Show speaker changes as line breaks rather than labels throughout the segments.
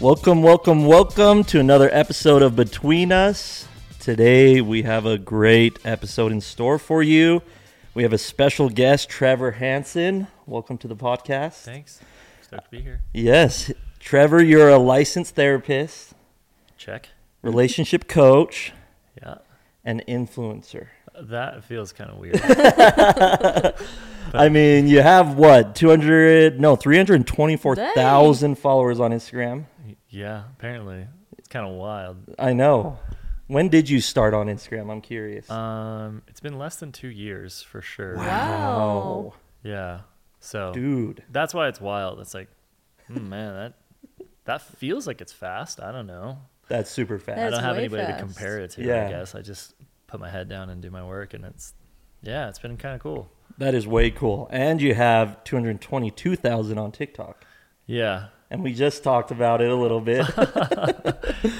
Welcome, welcome, welcome to another episode of Between Us. Today we have a great episode in store for you. We have a special guest, Trevor Hansen. Welcome to the podcast.
Thanks. Stoked to be here.
Yes, Trevor, you're a licensed therapist,
Check.
relationship coach,
Yeah.
and influencer.
That feels kind of weird.
I mean, you have what, 200, no, 324,000 followers on Instagram.
yeah, apparently. It's kind of wild.
I know. When did you start on Instagram? I'm curious.
Um, it's been less than 2 years for sure. Oh.
Wow.
Yeah. So
Dude.
that's why it's wild. It's like, mm, man, that that feels like it's fast. I don't know.
That's super fast.
I
That's
don't have
way
anybody to
fast.
compare it to,
Yeah.
I guess. I just put my head down and do my work and it's yeah, it's been kind of cool.
That is way cool. And you have 222,000 on TikTok.
Yeah.
And we just talked about it a little bit.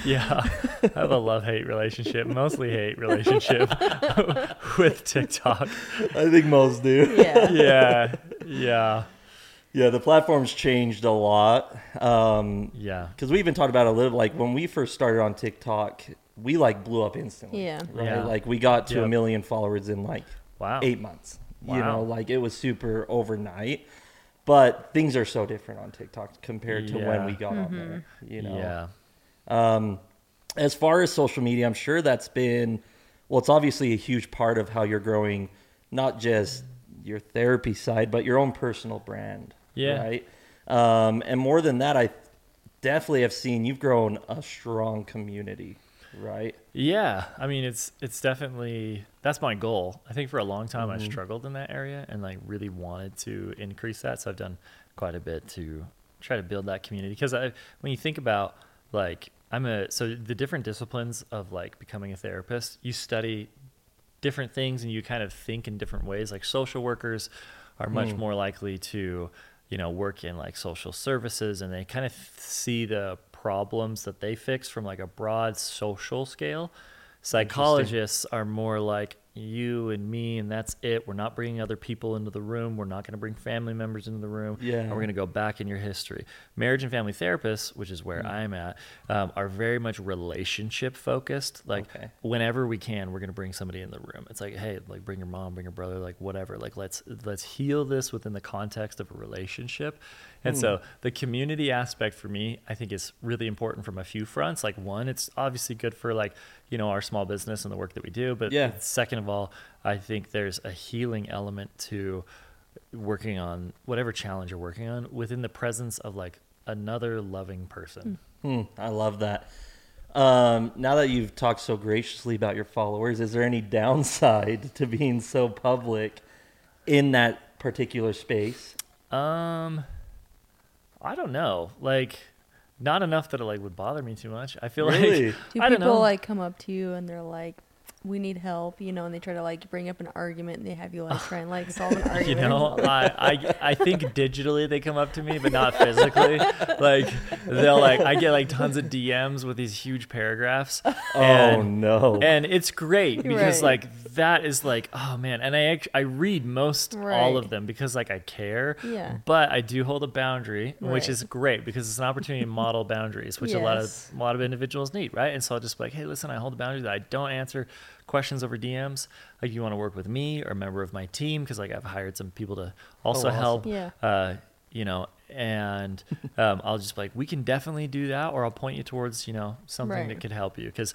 Yeah, I have a love hate relationship, mostly hate relationship with TikTok.
I think most do.
Yeah.
Yeah, yeah,
Yeah, the platform's changed a lot. Um,
yeah,
because we even talked about it a little like when we first started on TikTok, we like blew up instantly.
Yeah.
Right.
Yeah.
Like we got to a
Yep.
million followers in like
Wow.
eight months. You
Wow.
know, like it was super overnight. But things are so different on TikTok compared to when
Yeah.
we got on there. You know.
yeah,
as far as social media, I'm sure that's been well, it's obviously a huge part of how you're growing not just your therapy side, but your own personal brand.
Yeah.
Right. Um, and more than that, I definitely have seen you've grown a strong community, right?
yeah. I mean, it's it's definitely that's my goal. I think for a long time
Mm-hmm.
I struggled in that area and like really wanted to increase that. So I've done quite a bit to try to build that community because I when you think about like I'm a so the different disciplines of like becoming a therapist, you study different things and you kind of think in different ways like social workers are much more likely to you know work in like social services and they kind of see the problems that they fix from like a broad social scale psychologists are more like you and me and that's it we're not bringing other people into the room we're not going to bring family members into the room
Yeah.
and we're going to go back in your history marriage and family therapists which is where i'm at um, are very much relationship focused like
Okay.
whenever we can we're going to bring somebody in the room it's like hey like bring your mom bring your brother like whatever like let's let's heal this within the context of a relationship and so the community aspect for me i think is really important from a few fronts like one it's obviously good for like you know our small business and the work that we do but
Yeah.
second of all i think there's a healing element to working on whatever challenge you're working on within the presence of like another loving person
Hmm, I love that. Um, now that you've talked so graciously about your followers, is there any downside to being so public in that particular space?
Um, I don't know. Like, not enough that it like would bother me too much. I feel
Really?
like
Do
I
people
don't know.
like come up to you and they're like, "We need help," you know, and they try to like bring up an argument and they have you like try and like solve an argument?
you know, I, I I think digitally they come up to me, but not physically. like they'll like I get like tons of DMs with these huge paragraphs.
oh
and-
no.
and it's great because
Right.
like that is like oh man and i act- i read most all of
Right.
them because like i care
Yeah.
but i do hold a boundary which
Right.
is great because it's an opportunity to model boundaries which a lot of
Yes.
a lot of individuals need right and so i'll just be like hey listen i hold a boundary that i don't answer questions over dms like you want to work with me or a member of my team because like i've hired some people to also
awesome.
help
Oh, Yeah.
uh, you know, and um, I'll just be like, we can definitely do that, or I'll point you towards, you know, something
Right.
that could help you. Because,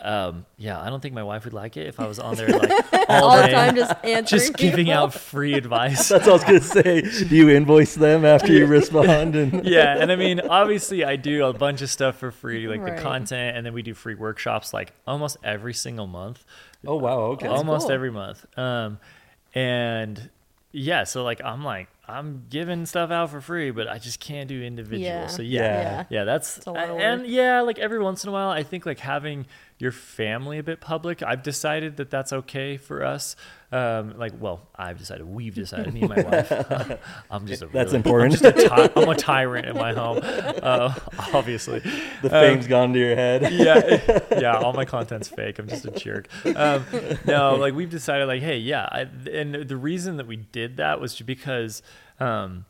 um, yeah, I don't think my wife would like it if I was on there like all,
all the
day,
time just answering.
just giving
people.
out free advice.
That's what I was gonna say. Do you invoice them after you respond? And
yeah, and I mean, obviously, I do a bunch of stuff for free, like
Right.
the content, and then we do free workshops like almost every single month.
oh wow, okay.
That's
almost
cool.
every month. Um, and yeah, so like I'm like I'm giving stuff out for free, but I just can't do individual.
Yeah.
So
Yeah.
yeah, yeah, that's
a lot of
and
work.
yeah, like every once in a while, I think like having your family a bit public. I've decided that that's okay for us. Um, like, well, I've decided. We've decided. Me and my wife. I'm just a
That's
really-
important.
I'm, just a ty- I'm a tyrant in my home, uh, obviously
The fame's gone to your head.
yeah, yeah. All my content's fake. I'm just a jerk. Um, no, like we've decided, like, hey, yeah. I, and the reason that we did that was ju- because um,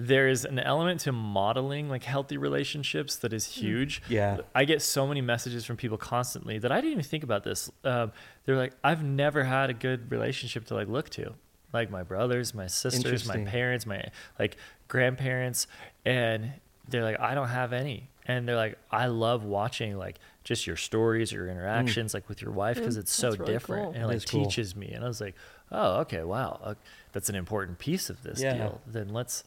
there is an element to modeling like healthy relationships that is huge.
Yeah.
I get so many messages from people constantly that I didn't even think about this. Um, they're like, I've never had a good relationship to like look to, like my brothers, my sisters, my
Interesting.
parents, my like grandparents, and they're like, I don't have any. And they're like, I love watching like just your stories, your interactions, like with your wife, because
Mm,
it's so
that's really
different
cool.
and it like
Mm. is cool.
teaches me. And I was like, oh, okay, wow, uh, that's an important piece of this
Yeah.
deal. Then let's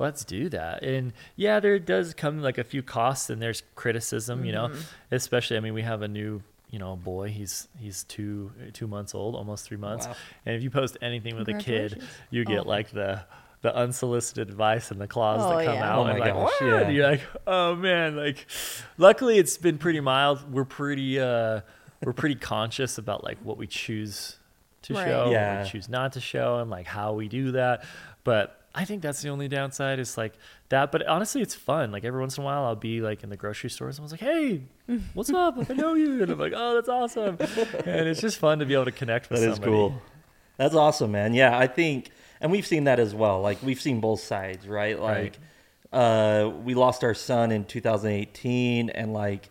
let's do that. And yeah, there does come like a few costs and there's criticism, you know.
Mm-hmm.
Especially, I mean, we have a new you know boy. He's he's two two months old, almost three months.
Wow.
And if you post anything with a kid,
Congratulations.
you get
Oh.
like the the unsolicited advice and the claws that
Oh,
come
yeah.
out
Oh
and
my
like
gosh,
"What?"
yeah.
you're like oh man like luckily it's been pretty mild we're pretty uh we're pretty conscious about like what we choose to
Right.
show what
Yeah.
we choose not to show and like how we do that but i think that's the only downside is like that but honestly it's fun like every once in a while i'll be like in the grocery store and someone's like hey what's up Like, i know you and i'm like oh that's awesome and it's just fun to be able to connect with
That is
somebody
cool. That's awesome, man. Yeah, I think, and we've seen that as well. Like we've seen both sides, right?
Right.
Like, uh, we lost our son in 2018, and like,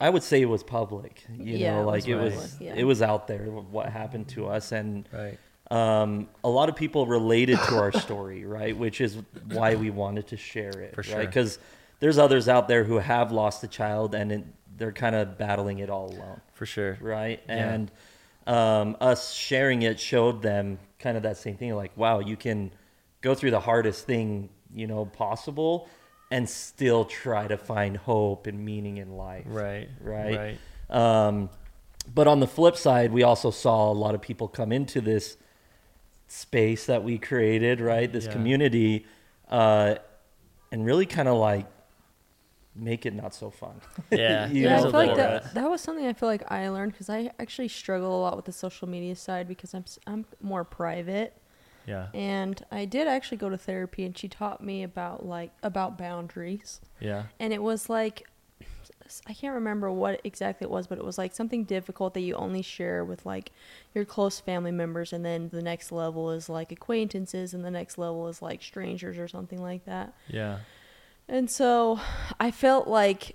I would say it was public. You
Yeah,
know,
it
like
was
it was,
public,
yeah.
it was out there what happened to us, and
right
um, a lot of people related to our story, right? Which is why we wanted to share it,
For sure.
right? Because there's others out there who have lost a child and it, they're kind of battling it all alone
for sure
right?
Yeah.
And um, us sharing it showed them kind of that same thing, like, wow, you can go through the hardest thing you know possible and still try to find hope and meaning in life,
right
Right.
right
Um, but on the flip side, we also saw a lot of people come into this space that we created, right? This
Yeah.
community, uh, and really kind of like make it not so fun.
yeah
You
Yeah, I
know,
feel
for
like
us.
that, that was something I feel like I learned because I actually struggle a lot with the social media side because I'm s- I'm more private
yeah
and I did actually go to therapy and she taught me about like about boundaries
yeah
and it was like I can't remember what exactly it was but it was like something difficult that you only share with like your close family members and then the next level is like acquaintances and the next level is like strangers or something like that.
yeah
And so I felt like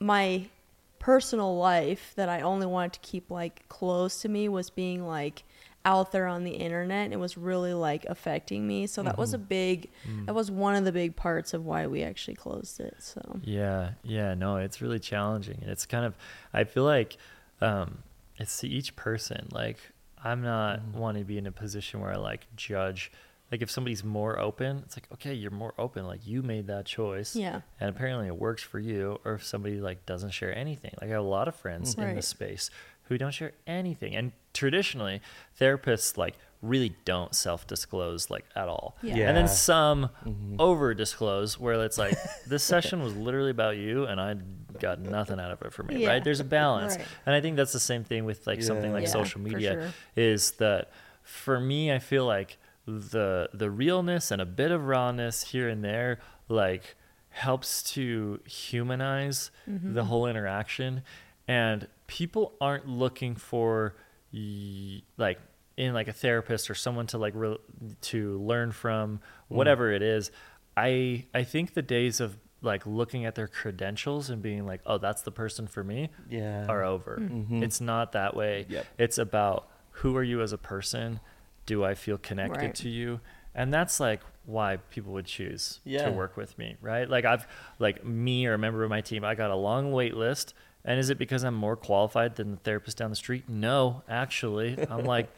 my personal life that I only wanted to keep like close to me was being like out there on the internet and it was really like affecting me. So that was a big that was one of the big parts of why we actually closed it. So
Yeah, yeah, no, it's really challenging, and it's kind of, I feel like, um, it's to each person. Like, I'm not wanting to be in a position where I like judge. Like, if somebody's more open, it's like, okay, you're more open. Like, you made that choice,
Yeah.
and apparently it works for you. Or if somebody like doesn't share anything, like I have a lot of friends in
Mm-hmm. Right.
this space who don't share anything, and traditionally therapists like really don't self-disclose like at all.
Yeah.
And
Yeah. Mm-hmm.
then some over disclose where it's like this session was literally about you and I got nothing out of it for me,
Yeah.
right? There's a balance.
Right.
And I think that's the same thing with like something
Yeah.
like
Yeah,
social
for
media
sure.
is that for me I feel like the the realness and a bit of rawness here and there like helps to humanize the whole interaction and people aren't looking for y- like in like a therapist or someone to like re- to learn from whatever it is i i think the days of like looking at their credentials and being like oh that's the person for me
Yeah.
are over
Mm-hmm.
it's not that way
Yep.
it's about who are you as a person do i feel connected
Right.
to you and that's like why people would choose
Yeah.
to work with me right like i've like me or a member of my team i got a long wait list and is it because i'm more qualified than the therapist down the street no actually i'm like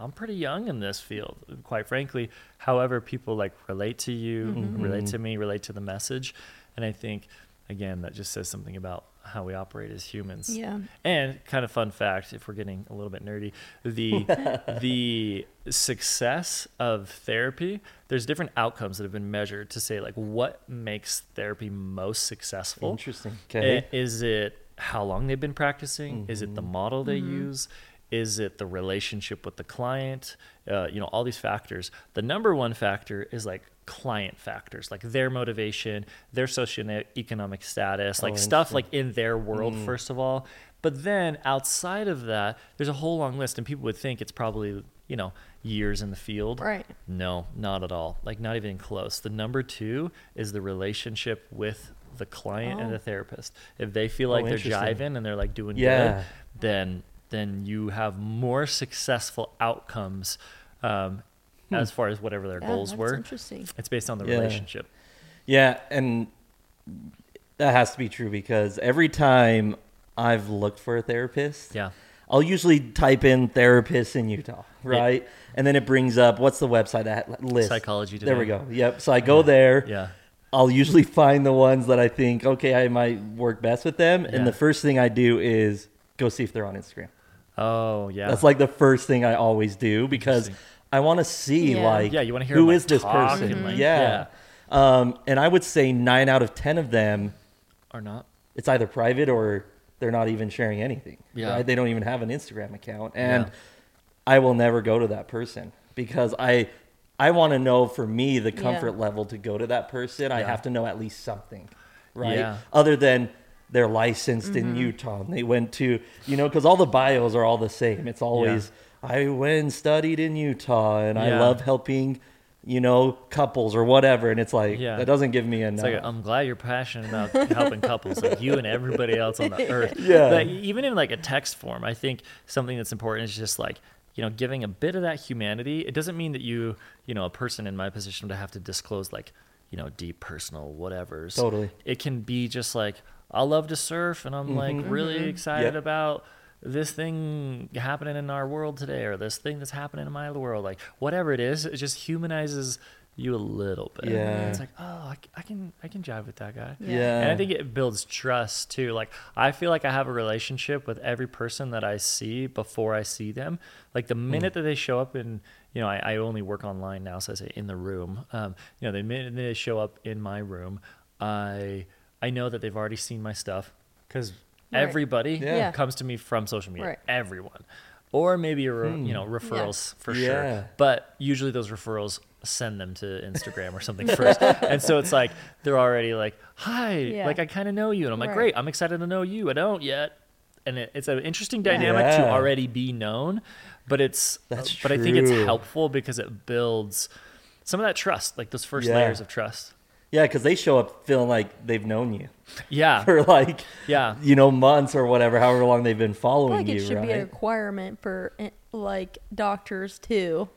i'm pretty young in this field quite frankly however people like relate to you
Mm-hmm.
relate to me relate to the message and i think again that just says something about how we operate as humans
Yeah.
and kind of fun fact, if we're getting a little bit nerdy, the the success of therapy, there's different outcomes that have been measured to say like what makes therapy most successful.
Interesting.
I-
Okay. Mm-hmm.
Is it how long they've been practicing? Is it the model they use? Is it the relationship with the client? Uh, you know, all these factors. The number one factor is like client factors, like their motivation, their socioeconomic status, like
Oh,
stuff
interesting. Mm-hmm.
like in their world, first of all. But then outside of that, there's a whole long list, and people would think it's probably, you know, years in the field.
Right.
No, not at all. Like not even close. The number two is the relationship with the client and
Oh.
the therapist. If they feel
Oh,
like they're
interesting.
jiving and they're like doing
Yeah.
good, then then you have more successful outcomes um,
Hmm.
as far as whatever their
Yeah,
goals
that's
were.
Interesting.
It's based on the
Yeah.
relationship.
Yeah, and that has to be true because every time I've looked for a therapist,
Yeah.
I'll usually type in therapists in Utah, right? And then it brings up what's the website that list?
Psychology
There we
Today.
go. Yep. So I go there.
Yeah.
I'll usually find the ones that I think okay, I might work best with them,
Yeah.
and the first thing I do is go see if they're on Instagram.
Oh yeah.
That's like the first thing I always do because
Interesting.
I want to see
Yeah.
like
Yeah, you wanna hear
who
them,
is
like,
this
talk
person?
and, like,
yeah. Um, and I would say nine out of ten of them,
or not.
it's either private or they're not even sharing anything.
Yeah.
right? they don't even have an Instagram account, and
Yeah.
I will never go to that person because I. I want to know for me the
Yeah.
comfort level to go to that person. I
Yeah.
have to know at least something, right?
Yeah.
Other than they're licensed
Mm-hmm.
in Utah and they went to, you know, because all the bios are all the same. It's always, I went and studied in Utah and I
Yeah.
love helping, you know, couples or whatever. And it's like,
Yeah.
that doesn't give me enough.
It's like I'm glad you're passionate about helping couples, like you and everybody else on the earth.
Yeah.
But even in like a text form, I think something that's important is just like you know giving a bit of that humanity. It doesn't mean that you you know a person in my position to have to disclose like you know deep personal whatever's.
Totally.
It can be just like I love to surf and I'm like really excited
Mm-hmm. Yeah.
about this thing happening in our world today or this thing that's happening in my world like whatever it is it just humanizes you a little bit
Yeah.
it's like oh I, c- I can i can jive with that guy
Yeah.
yeah.
and I think it builds trust too. Like I feel like I have a relationship with every person that I see before I see them. Like the
Hmm.
minute that they show up in, you know, I, I only work online now, so I say in the room. Um, you know, the minute they show up in my room, I I know that they've already seen my stuff because
Right.
everybody
Yeah.
Yeah.
comes to me from social media.
Right.
Everyone. Or maybe a re- you know referrals for
Hmm. Yeah.
sure, but usually those referrals send them to Instagram or something first. and so it's like they're already like, "Hi,
Yeah.
like I kind of know you," and I'm like,
Right.
"Great, I'm excited to know you. I don't yet." And it, it's an interesting dynamic to
Yeah.
already be known, but it's
That's
but I think it's
true.
helpful because it builds some of that trust, like those first
Yeah.
layers of trust.
yeah. Cause they show up feeling like they've known you
Yeah,
for like,
yeah,
you know, months or whatever, however long they've been
I feel
following
like it
you,
should be a
right?
requirement for eh, like doctors too.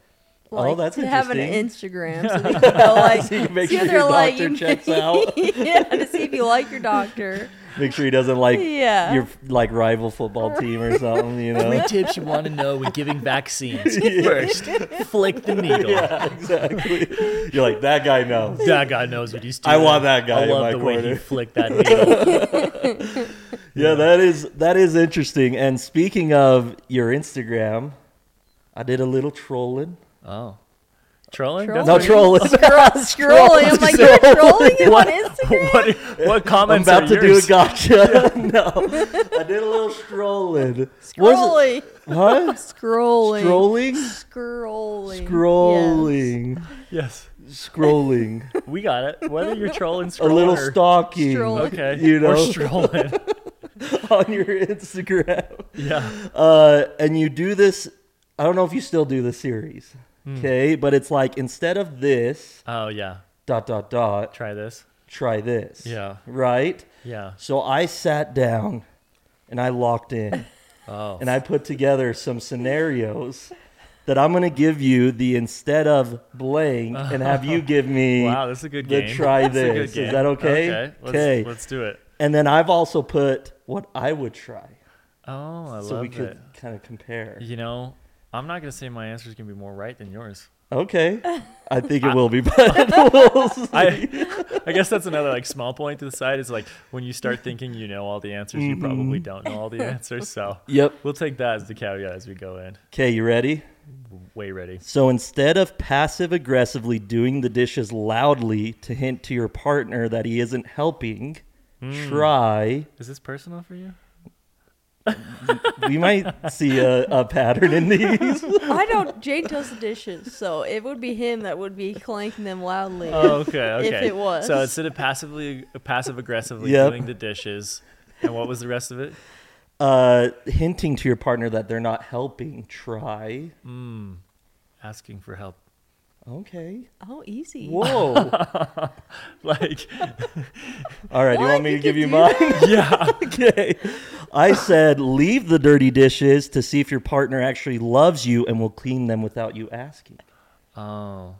Oh,
Like,
that's
to have an
interesting.
Instagram so that you know, like
you can make
see if
sure
they're
your
like-
doctor checks out.
yeah, to see if you like your doctor.
Make sure he doesn't like
Yeah.
your like rival football team or something, you know?
Three tips you want to know when giving vaccines. First, flick the needle.
yeah, exactly. You're like that guy knows.
That guy knows what he's doing.
I want that guy
I
in
love
my
the way he
corner.
flicked that needle.
Yeah, that is that is interesting. And speaking of your Instagram, I did a little trolling.
Oh, trolling?
Trolling?
That's
No
what-
trolling.
Scrolling. I'm like, you're trolling him on Instagram?
what
I'm
what comments
about
are
to do a
yours?
gotcha. no, I did a little strolling. What?
Scrolling.
Huh?
Scrolling.
Strolling?
Scrolling.
Scrolling.
yes,
Scrolling.
we got it. Whether you're trolling,
A
scrolling,
little
or-
stalking
Strolling.
Okay,
You know?
or strolling.
on your Instagram.
yeah,
uh, and you do this. I don't know if you still do the series,
Hmm.
okay? But it's like instead of this
oh yeah.
dot dot dot,
Try this.
try this.
Yeah.
Right.
Yeah.
So I sat down, and I locked in,
Oh,
and I put together some scenarios that I'm gonna give you the instead of blank, and have you give me.
wow, that's a good
the
game.
try
That's a good
this. Is
game.
that okay?
Okay, let's,
Okay.
let's do it.
And then I've also put what I would try,
Oh, I
so
love
we could
it.
kind of compare.
You know, I'm not gonna say my answer is gonna be more right than yours.
Okay. I think it will be, but we'll see.
I, I guess that's another like small point to the side is like when you start thinking you know all the answers, you probably
Mm.
don't know all the answers. So
Yep.
we'll take that as the caveat as we go in.
Okay, you ready?
Way ready.
So instead of passive aggressively doing the dishes loudly to hint to your partner that he isn't helping,
Hmm.
try.
Is this personal for you?
We might see a, a pattern in these.
I don't. Jane does the dishes, so it would be him that would be clanking them loudly.
Uh,
Oh, okay, okay.
If it was.
So instead of passively, passive aggressively
Yep.
doing the dishes, and what was the rest of it?
Uh, hinting to your partner that they're not helping, try.
asking for help.
Okay.
Oh, easy.
Whoa.
Like,
All right. Do you
What?
want me
You
to give
can
you
do
mine?
yeah,
okay. I said, leave the dirty dishes to see if your partner actually loves you and will clean them without you asking.
oh,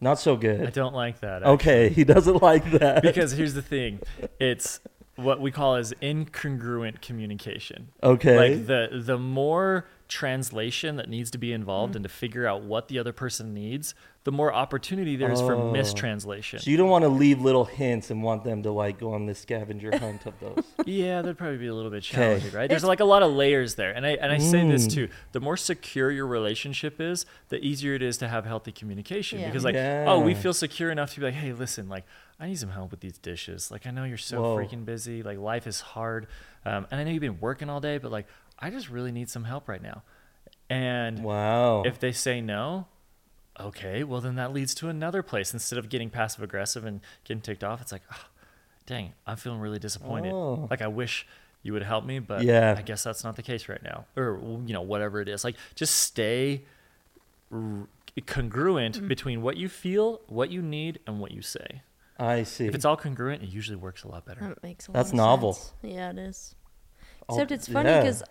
Not so
I
good.
don't like that. actually.
Okay. He doesn't like that.
because here's the thing it's what we call as incongruent communication
Okay.
like the the more translation that needs to be involved
Mm.
and to figure out what the other person needs the more opportunity there is
Oh.
for mistranslation
so you don't want to leave little hints and want them to like go on this scavenger hunt of those.
yeah that'd probably be a little bit challenging right there's like a lot of layers there and i and i say this
Mm.
too the more secure your relationship is the easier it is to have healthy communication
Yeah.
because like oh we
Yeah.
feel secure enough to be like hey listen like i need some help with these dishes like i know you're so
Whoa.
freaking busy like life is hard um, and i know you've been working all day but like i just really need some help right now and
Wow.
if they say no, okay, well then that leads to another place. Instead of getting passive aggressive and getting ticked off, it's like, "Ah, dang, I'm feeling really disappointed.
Oh.
Like I wish you would help me, but
Yeah.
I guess that's not the case right now, or you know whatever it is. Like just stay r- congruent between what you feel, what you need, and what you say.
I see.
If it's all congruent, it usually works a lot better.
That makes a
That's
lot of
novel.
sense. Yeah, it is.
Oh,
Except it's funny
yeah.
because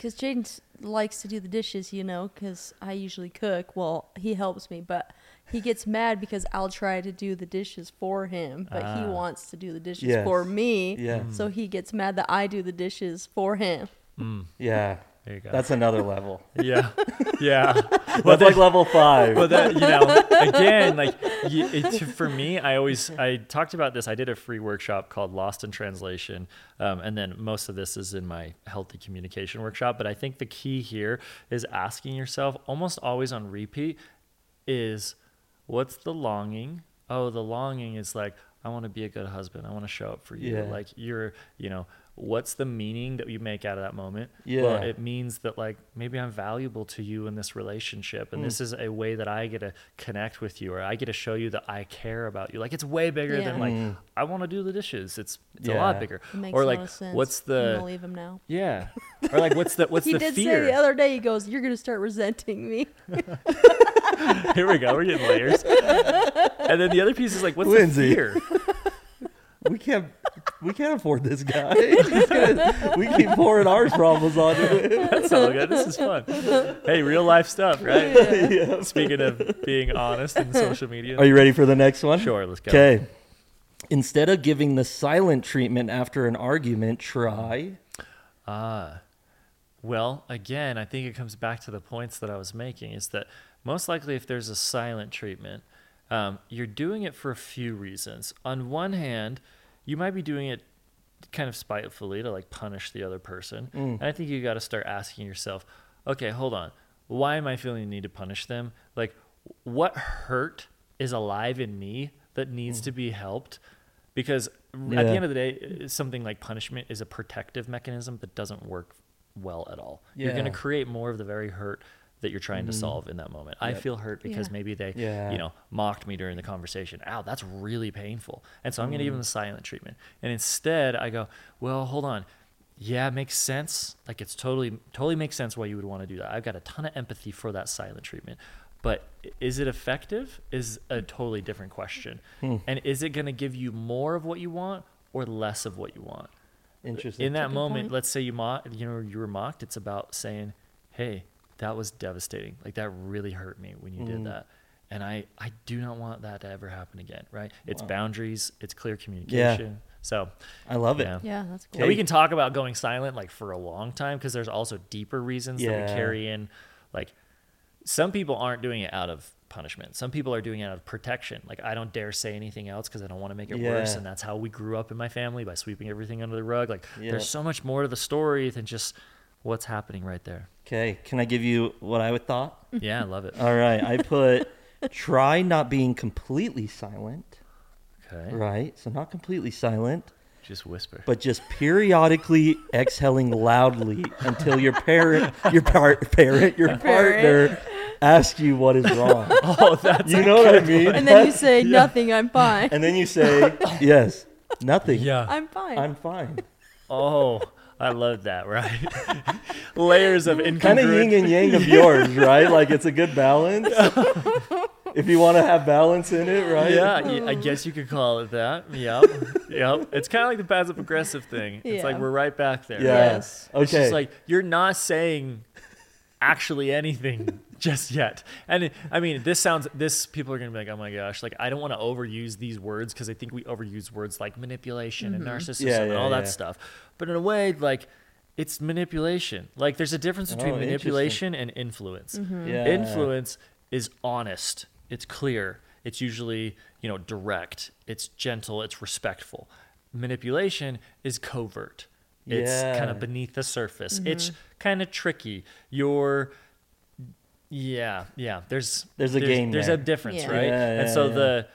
Jaden s- likes to do the dishes, you know, because I usually cook. Well, he helps me, but he gets mad because I'll try to do the dishes for him, but he
Ah.
wants to do the dishes
Yes.
for me.
Yeah.
So he gets mad that I do the dishes for him.
yeah.
There you go.
That's another level.
yeah, yeah. Well,
That's
then-
like level five.
But that, you know, again, like y it, for me, I always I talked about this. I did a free workshop called Lost in Translation, um, and then most of this is in my healthy communication workshop. But I think the key here is asking yourself almost always on repeat is what's the longing? Oh, the longing is like I want to be a good husband. I want to show up for you.
Yeah.
Like you're, you know. What's the meaning that you make out of that moment?
Yeah.
Well, it means that like maybe I'm valuable to you in this relationship and this is a way that I get to connect with you or I get to show you that I care about you. Like it's way bigger
Yeah.
than like I want to do the dishes. It's it's a
Yeah.
lot bigger.
It makes
or
a
like
lot of sense.
what's
I'm
the
gonna leave him now.
yeah. or like what's the what's
He
the
did
fear?
say the other day, he goes, "You're gonna start resenting me."
Here we go. We're getting layers. and then the other piece is like what's
Lindsay.
the fear?
we can't we can't afford this guy. He's gonna- we keep pouring our problems on him.
That's all good. This is fun. Hey, real life stuff, right? Speaking of being honest in social media.
Are you ready for the next one?
Sure, let's go.
Okay. Instead of giving the silent treatment after an argument, try.
Ah. Well, again, I think it comes back to the points that I was making is that most likely if there's a silent treatment, um, you're doing it for a few reasons. On one hand, you might be doing it kind of spitefully to like punish the other person. And I think you got to start asking yourself, okay, hold on. Why am I feeling the need to punish them? Like, what hurt is alive in me that needs to be helped? Because at
Yeah.
the end of the day, uh, something like punishment is a protective mechanism that doesn't work well at all. You're going
Yeah.
to create more of the very hurt that you're trying to solve in that moment. I feel hurt because
Yeah.
maybe they,
Yeah.
you know, mocked me during the conversation. Ow, that's really painful. And so I'm going to give them the silent treatment. And instead, I go, well, hold on. Yeah, it makes sense. Like it's totally, totally makes sense why you would want to do that. I've got a ton of empathy for that silent treatment. But i- is it effective? Is a totally different question. And is it going to give you more of what you want or less of what you want?
Interesting.
in that
good
moment,
point.
let's say you mock, you know, you were mocked. It's about saying, "Hey, that was devastating. Like that really hurt me when you
Mm.
did that, and I I do not want that to ever happen again." Right? It's boundaries. It's clear communication. So
I love it.
yeah.
yeah, that's cool.
And we can talk about going silent like for a long time because there's also deeper reasons that
Yeah.
we carry in. Like some people aren't doing it out of punishment. Some people are doing it out of protection. Like I don't dare say anything else because I don't want to make it worse.
Yeah.
And that's how we grew up in my family by sweeping everything under the rug. Like
Yep.
there's so much more to the story than just what's happening right there.
Okay. Can I give you what I would thought?
Yeah, I love it.
All right. I put try not being completely silent.
Okay,
Right. So not completely silent,
just whisper.
but just periodically exhaling loudly until your parent, your par- parent, your partner
Parent.
asks you what is wrong.
oh, that's
You know what I mean?
And then you say nothing. I'm fine.
And then you say, yes, nothing.
yeah.
I'm fine.
I'm fine.
Oh, I love that, right? Layers of
Kind of yin
incongruent.
and yang of yours, right? Like it's a good balance. if you want to have balance in it, right?
Yeah, y- I guess you could call it that. Yep. yep. It's kind of like the passive aggressive thing. It's like
Yeah.
we're right back there.
Yeah.
right?
Yes.
Okay.
It's just like you're not saying actually anything just yet. And it- I mean, this sounds this people are going to be like, "Oh my gosh, like I don't want to overuse these words because I think we overuse words like manipulation and narcissism
Yeah,
and
yeah,
all
yeah.
that stuff." But in a way, like it's manipulation. Like there's a difference between
Oh, interesting.
manipulation and influence.
Yeah.
Influence is honest. It's clear. It's usually, you know, direct. It's gentle, it's respectful. Manipulation is covert. It's kind
Yeah.
of beneath the surface. It's kind of tricky. You're yeah, yeah. There's
There's a game
There's
there.
a difference,
Yeah.
right?
Yeah,
and
yeah,
so
yeah.
the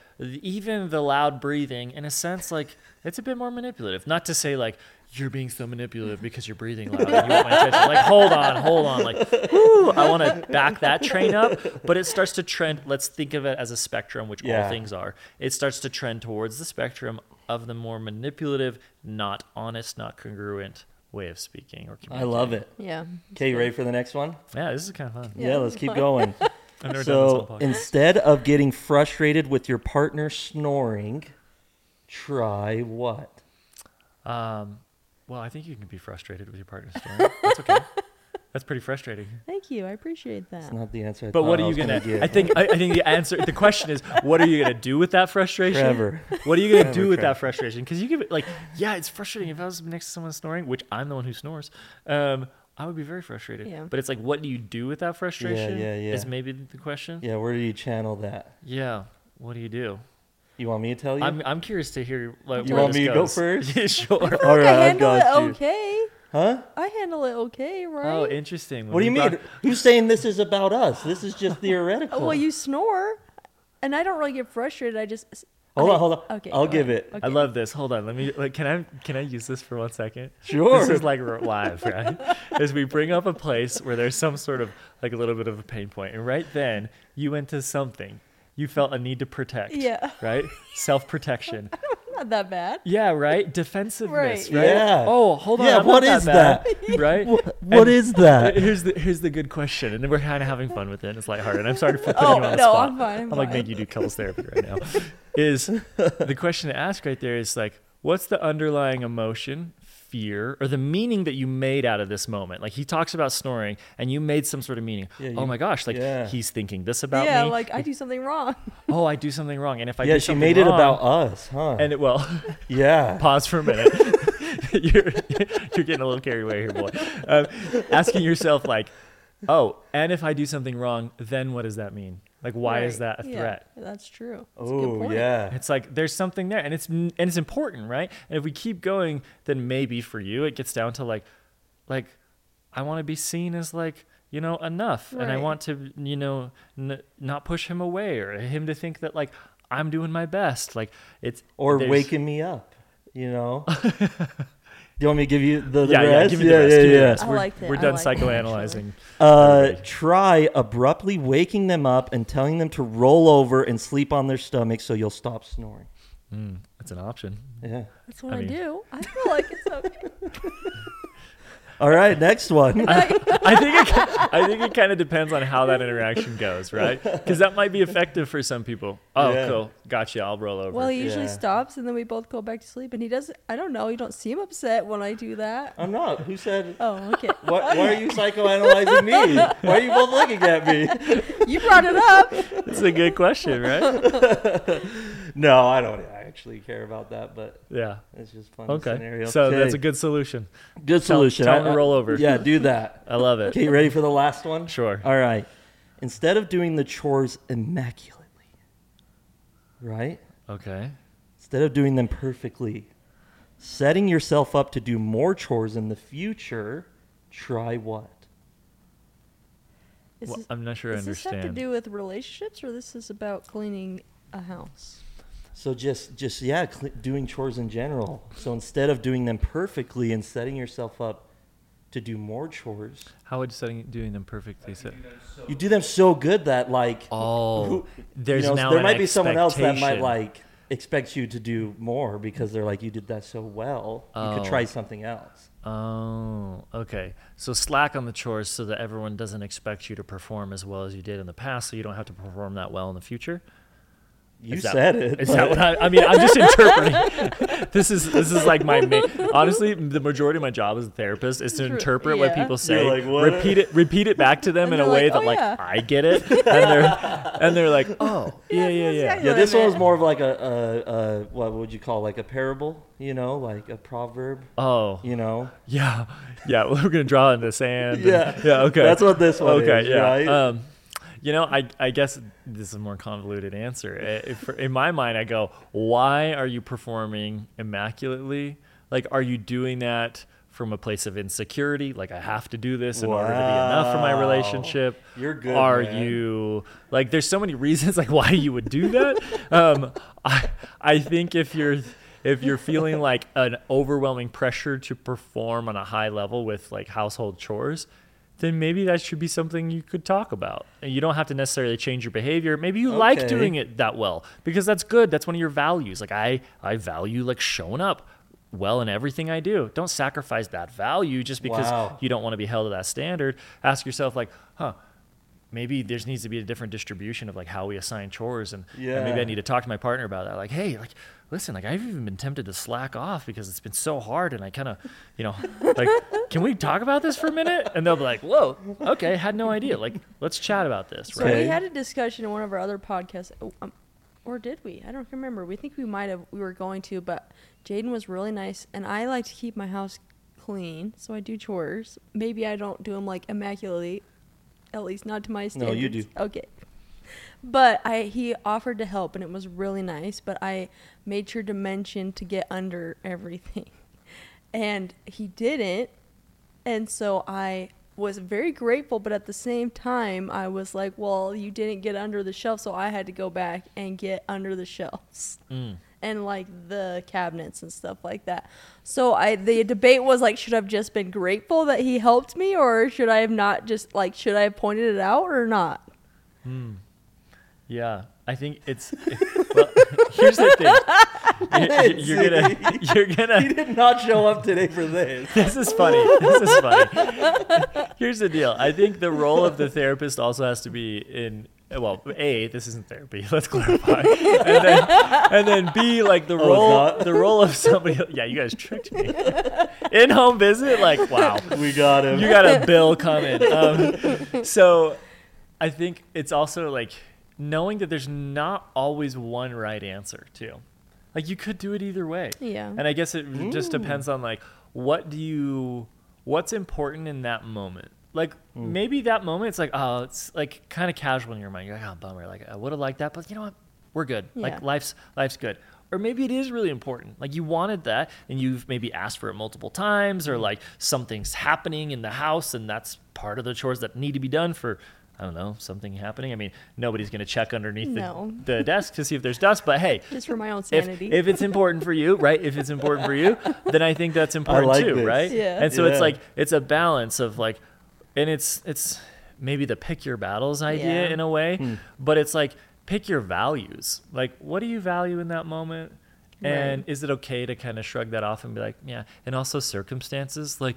even the loud breathing, in a sense, like it's a bit more manipulative. Not to say like you're being so manipulative because you're breathing loud. And you want my attention. Like hold on, hold on. Like whew, I want to back that train up, but it starts to trend. Let's think of it as a spectrum, which
Yeah.
all things are. It starts to trend towards the spectrum of the more manipulative, not honest, not congruent way of speaking or
I
communicating.
love it.
Yeah.
Okay, you ready for the next one?
Yeah, this is kind of fun.
Yeah, let's keep going.
I've never done this
so
on podcast.
instead of getting frustrated with your partner snoring, try what?
Um, well, I think you can be frustrated with your partner's story. That's okay. That's pretty frustrating.
Thank you. I appreciate that.
It's not the answer. I
But
thought
what
I
are Oh, you
was
gonna?
give.
I think I, I think the answer. The question is, what are you gonna do with that frustration?
Trevor.
What are you gonna
Trevor,
do with
Trevor.
that frustration? Because you give it like, yeah, it's frustrating. If I was next to someone snoring, which I'm the one who snores, um, I would be very frustrated.
Yeah.
But it's like, what do you do with that frustration?
yeah, yeah.
Is maybe the question.
Yeah, where do you channel that?
Yeah. What do you do?
You want me to tell you?
I'm I'm curious to hear. Like,
You
where
want
this
me to go
goes.
first?
yeah, sure.
All
I
right, I've got
handle it
you.
okay.
Huh?
I handle it okay, right? Uh,
Oh, interesting. When
What do you
we brought-
mean? Who's saying this is about us? This is just theoretical.
well, you snore, and I don't really get frustrated. I just
hold
I-
on, hold on.
Okay,
I'll
go
give
ahead.
it.
Okay.
I love this. Hold on. Let me. Like, can I? Can I use this for one second?
Sure.
This is like we're live, right? As we bring up a place where there's some sort of like a little bit of a pain point, and right then you went to something. You felt a need to protect.
Yeah.
Right. Self protection.
Not that bad.
Yeah. Right. Defensiveness.
Right.
Right.
Yeah.
Oh, hold on.
Yeah,
I'm
what
not that
is
bad, Right.
What
And-
is that?
Here's the here's the good question, and then we're kind of having fun with it. And it's lighthearted. And I'm sorry for putting
Oh,
you on the
no,
spot.
I'm fine, I'm
like
fine.
making you do couples therapy right now. Is the question to ask right there is like, what's the underlying emotion, fear, or the meaning that you made out of this moment? Like he talks about snoring, and you made some sort of meaning.
Yeah, you-
oh my gosh, like
yeah.
he's thinking this about
yeah,
me.
like I do something wrong.
oh, I do something wrong, and if I
yeah,
do
she
something
made it
wrong-
about us, huh?
and it, well.
yeah.
pause for a minute. you're, you're getting a little carried away here, boy. Um, asking yourself, like, oh, and if I do something wrong, then what does that mean? Like, why is
Right.
that a
Yeah,
threat?
that's true. That's a good
Oh
point.
yeah.
It's like there's something there, and it's and it's important, right? And if we keep going, then maybe for you, it gets down to like, like, I want to be seen as like you know enough, and I
Right.
want to you know n- not push him away or him to think that like I'm doing my best. Like it's
Or
there's-
waking me up. You know. Do you want me to give you the, the
yeah, yeah,
rest?
give me the
yeah,
rest. give me the
yeah.
rest.
I
We're,
liked it,
we're
I
done
liked it,
psychoanalyzing.
Uh,
Everybody.
try abruptly waking them up and telling them to roll over and sleep on their stomach so you'll stop snoring.
Mm, that's an option.
Yeah.
That's what
I
I,
mean-
do. I feel like it's okay.
All right, next one.
I think it, ki- I think it kind of depends on how that interaction goes, right? Because that might be effective for some people. Oh,
Yeah.
cool, gotcha. I'll roll over.
well, he usually
Yeah.
stops, and then we both go back to sleep. And he doesn't. I don't know. You don't seem upset when I do that.
I'm not. Who said?
Oh, okay.
Why, why are you psychoanalyzing me? Why are you both looking at me?
you brought it up.
That's a good question, right?
No, I don't actually care about that, but
Yeah.
it's just fun
Okay.
scenario.
So that's a good solution.
good
tell-
solution.
tell 'em
I-
to roll over.
Yeah, do that.
I love it.
Okay, you ready for the last one?
Sure.
All right. Instead of doing the chores immaculately, right?
Okay.
Instead of doing them perfectly, setting yourself up to do more chores in the future, try what?
Is
Well,
this,
I'm not sure I
does this have to
understand.
do with relationships, or this is about cleaning a house?
So just just yeah, cl- doing chores in general. So instead of doing them perfectly and setting yourself up to do more chores,
How would setting doing them perfectly set?
you do them so good that like
Oh,
who-
there's
you know,
now
there
an
might be someone else that might
expectation.
like expect you to do more because they're like, you did that so well. You
Oh.
could try something else.
Oh, okay. So slack on the chores so that everyone doesn't expect you to perform as well as you did in the past, so you don't have to perform that well in the future.
You
Is that-
said it.
Is
but-
that what I, I mean? I'm just interpreting. this is this is like my main. Honestly, the majority of my job as a therapist is to
True,
interpret
yeah.
what people say,
like, "What?"
repeat it, repeat it back to them
And
in a
they're
way
like,
that
"Oh,
like
yeah."
I get it, and they're and they're like, oh yeah, yeah,
that's
yeah.
exactly
yeah,
what I
this one was
meant.
more of like a, a, a what would you call like a parable? You know, like a proverb.
Oh
You know.
yeah, yeah. We're gonna draw in the sand. and-
Yeah.
yeah. Okay.
That's what this one
okay,
is,
yeah.
right?
Um, you know, I, I guess this is a more convoluted answer. I- if- in my mind, I go, why are you performing immaculately? Like, are you doing that from a place of insecurity? Like, I have to do this in order to be enough for my
Wow.
relationship.
You're good,
Are
man.
you like? There's so many reasons like why you would do that. um, I I think if you're if you're feeling like an overwhelming pressure to perform on a high level with like household chores, then maybe that should be something you could talk about. And you don't have to necessarily change your behavior. Maybe you like
Okay.
doing it that well because that's good. That's one of your values. Like I I value like showing up well in everything I do. Don't sacrifice that value just because
Wow.
you don't want to be held to that standard. Ask yourself like, huh, maybe there's needs to be a different distribution of like how we assign chores and, and maybe
Yeah.
I need to talk to my partner about that. Like, hey, like listen, like I've even been tempted to slack off because it's been so hard and I kind of, you know, like can we talk about this for a minute? And they'll be like, "Whoa, okay, had no idea. Like, let's chat about this."
So
Right?
Okay.
we had a discussion in one of our other podcasts, oh, um, or did we? I don't remember. We think we might have. We were going to, but Jaden was really nice, and I like to keep my house clean, so I do chores. Maybe I don't do them like immaculately, at least not to my
No,
standards.
you do.
Okay. But I he offered to help, and it was really nice. But I made sure to mention to get under everything, and he didn't. And so I was very grateful, but at the same time, I was like, well, you didn't get under the shelf, so I had to go back and get under the shelves
Mm.
and like the cabinets and stuff like that. So I the debate was like, should I have just been grateful that he helped me, or should I have not just like, should I have pointed it out or not?
Yeah, I think it's. well, here's the thing. You-
did
you- You're, gonna. You're
He
gonna.
did not show up today for this.
This is funny. This is funny. Here's the deal. I think the role of the therapist also has to be in. Well, a this isn't therapy. Let's clarify. And then, and then b like the
it's
role
not?
the role of somebody. Yeah, you guys tricked me. In home visit, like wow.
We got him.
you got a bill coming. Um, so I think it's also like knowing that there's not always one right answer too. Like you could do it either way.
Yeah.
And I guess it just
Mm.
depends on like what do you what's important in that moment. Like
Mm.
maybe that moment it's like oh it's like kind of casual in your mind. You're like oh bummer like I would have liked that but you know what we're good. Like
Yeah.
life's life's good. Or maybe it is really important. Like you wanted that and you've maybe asked for it multiple times
Mm.
or like something's happening in the house and that's part of the chores that need to be done for I don't know, something happening. I mean, nobody's going to check underneath
No.
the, the desk to see if there's dust, but hey,
Just for my own
if,
sanity.
if it's important for you, right? If it's important for you, then I think that's important
like
too,
this.
right?
Yeah.
And so it's
Yeah.
like it's a balance of like, and it's it's maybe the pick your battles idea
Yeah.
in a way,
Hmm.
but it's like pick your values. Like, what do you value in that moment? And is it okay to kind of shrug that off and be like, yeah? And also circumstances, like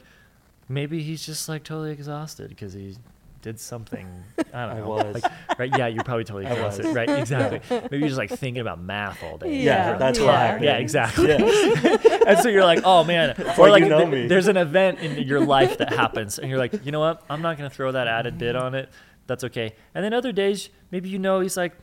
maybe he's just like totally exhausted because he did something. I don't
I
know.
was.
Like, right? Yeah, you're probably totally
I was.
exhausted. Right? Exactly. Maybe you're just like thinking about math all day.
yeah,
Yeah,
that's
yeah.
why.
Yeah, exactly.
Yeah.
And so you're like, oh man, or
like
like
you know
th-
me.
there's an event in your life that happens, and you're like, you know what? I'm not gonna throw that added bid on it. That's okay. And then other days, maybe you know he's like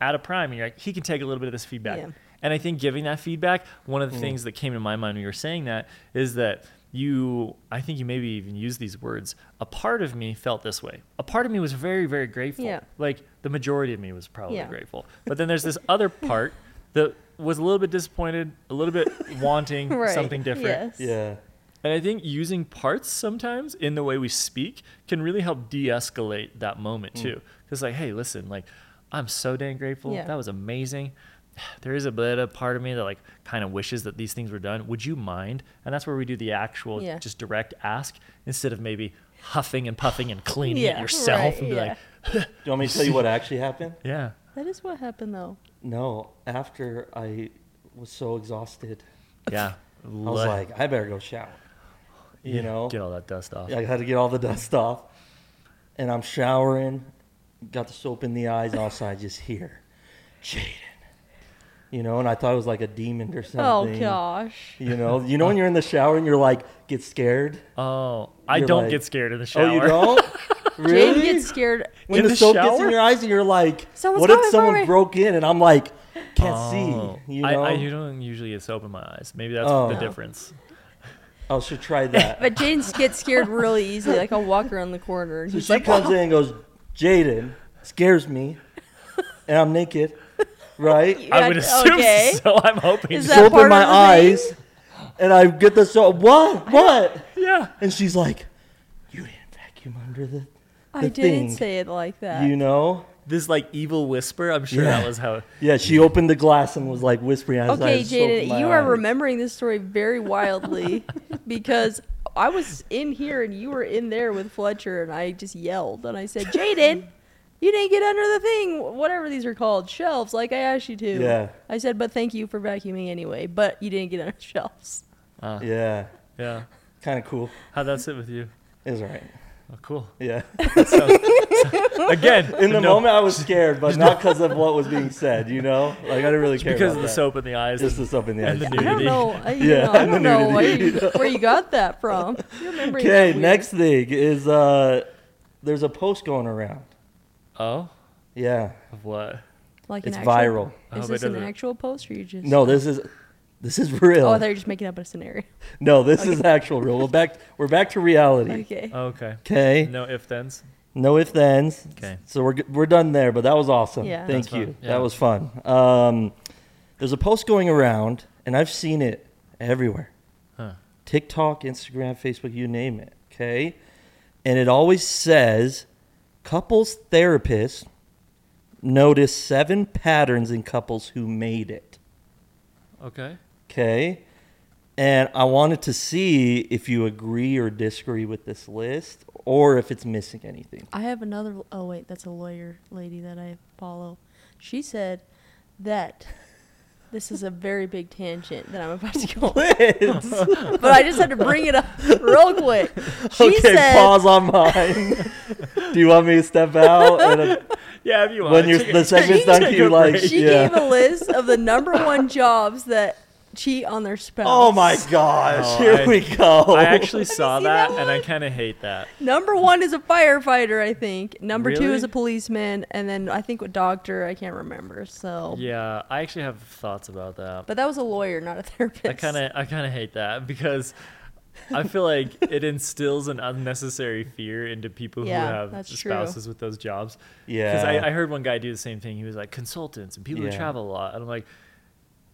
out of prime, and you're like, he can take a little bit of this feedback.
Yeah.
And I think giving that feedback, one of
Mm.
the things that came to my mind when you were saying that is that you, I think you maybe even used these words. A part of me felt this way. A part of me was very, very grateful.
Yeah.
Like the majority of me was probably
Yeah.
grateful. But then there's this other part that was a little bit disappointed, a little bit wanting
Right.
something different.
Yes.
yeah.
And I think using parts sometimes in the way we speak can really help de escalate that moment
Mm.
too. Because, like, hey, listen, like, I'm so dang grateful.
Yeah.
That was amazing. There is a bit of part of me that, like, kind of wishes that these things were done. Would you mind? And that's where we do the actual,
Yeah.
just direct ask instead of maybe huffing and puffing and cleaning
Yeah,
it yourself
right,
and be
yeah.
like,
Do you want me to tell you what actually happened?
yeah.
That is what happened though.
No, after I was so exhausted,
Yeah.
I was like, I better go shower. You know,
get all that dust off.
I had to get all the dust off, and I'm showering, got the soap in the eyes, and all of a sudden I just hear, Jaden. You know, and I thought it was like a demon or something.
Oh gosh.
You know, you know when you're in the shower and you're like get scared.
Oh, I
You're
don't
like,
get scared in the shower.
Oh, you don't? really?
Jane gets scared.
when
In
the,
the
soap gets in
shower?
your eyes and you're like,
Someone's
what if
coming for
someone
me.
broke in and I'm like, can't
Oh,
see? You know,
I, I don't usually get soap in my eyes. Maybe that's
Oh.
the
No.
difference.
oh, should try that.
But Jane gets scared really easily. Like I'll walk around the corner and
So
he's
she
like, oh.
comes in and goes, Jaden scares me, and I'm naked, right?
I would assume
okay.
so. I'm hoping.
Is
so.
that
Soap in
part
my
of the thing?
eyes, and I get the soap. What? What?
yeah.
And she's like, you didn't vacuum under the,
I
the
didn't
thing,
say it like that.
you know?
This like evil whisper. I'm sure
Yeah.
that was how.
Yeah, she opened the glass and was like whispering. As I
okay,
had soap in
Jaden,
my
you are
eyes.
remembering this story very wildly because I was in here and you were in there with Fletcher, and I just yelled and I said, Jaden, you didn't get under the thing, whatever these are called, shelves, like I asked you to.
Yeah.
I said, but thank you for vacuuming anyway, but you didn't get under the shelves.
Uh, yeah.
Yeah, kind of cool.
How'd that sit with you?
It was all right.
Oh, cool.
Yeah.
Again,
In the
no,
moment, I was scared, but not because of what was being said. You know, like I didn't really care
because
about
of the
that.
soap in the eyes.
Just the soap in the
And
eyes.
the
I don't
Nudity.
know. I, you
Yeah,
know, I
and the
don't know where
nudity.
you, where you got that from. Your memory is
Okay,
weird.
next thing is uh, there's a post going around.
Oh,
Yeah,
of what?
Like an
it's
actual-
viral.
I hope
Is
it
this an
doesn't-
actual post or you just.
No, this is this is real.
Oh, I thought you were just making up a scenario.
no, this is actual real. We're back. We're back to reality.
Okay.
Okay.
Okay,
No if thens.
no if thens.
Okay.
So we're g- we're done there, but that was awesome.
Yeah.
Thank
That's
you.
fun. Yeah.
That was fun. Um, there's a post going around, and I've seen it everywhere.
Huh.
TikTok, Instagram, Facebook, you name it. Okay. And it always says couples therapists notice seven patterns in couples who made it.
Okay.
Okay. And I wanted to see if you agree or disagree with this list or if it's missing anything.
I have another. Oh wait, that's a lawyer lady that I follow. She said that this is a very big tangent that I'm about to go, on,
Liz!
but I just had to bring it up real quick. She
okay,
said,
pause on mine. Do you want me to step out? And uh,
Yeah, if you want.
when you're,
Take
the
a-
segment's
take-
done,
take
you
a
like,
break.
she
yeah.
gave a list of the number one jobs that cheat on their spouse.
Oh my gosh,
Oh,
here
I-
we go.
I actually saw
seen
that,
that
and I kind of hate that.
Number one is a firefighter, I think. Number two
Really?
is a policeman, and then I think a doctor. I can't remember. So,
Yeah, I actually have thoughts about that.
but that was a lawyer, not a therapist.
I kind of I kind of hate that because I feel like it instills an unnecessary fear into people
Yeah,
who have
that's true.
spouses with those jobs. Because
Yeah.
I, I heard one guy do the same thing. He was like consultants and people
Yeah.
who travel a lot, and I'm like,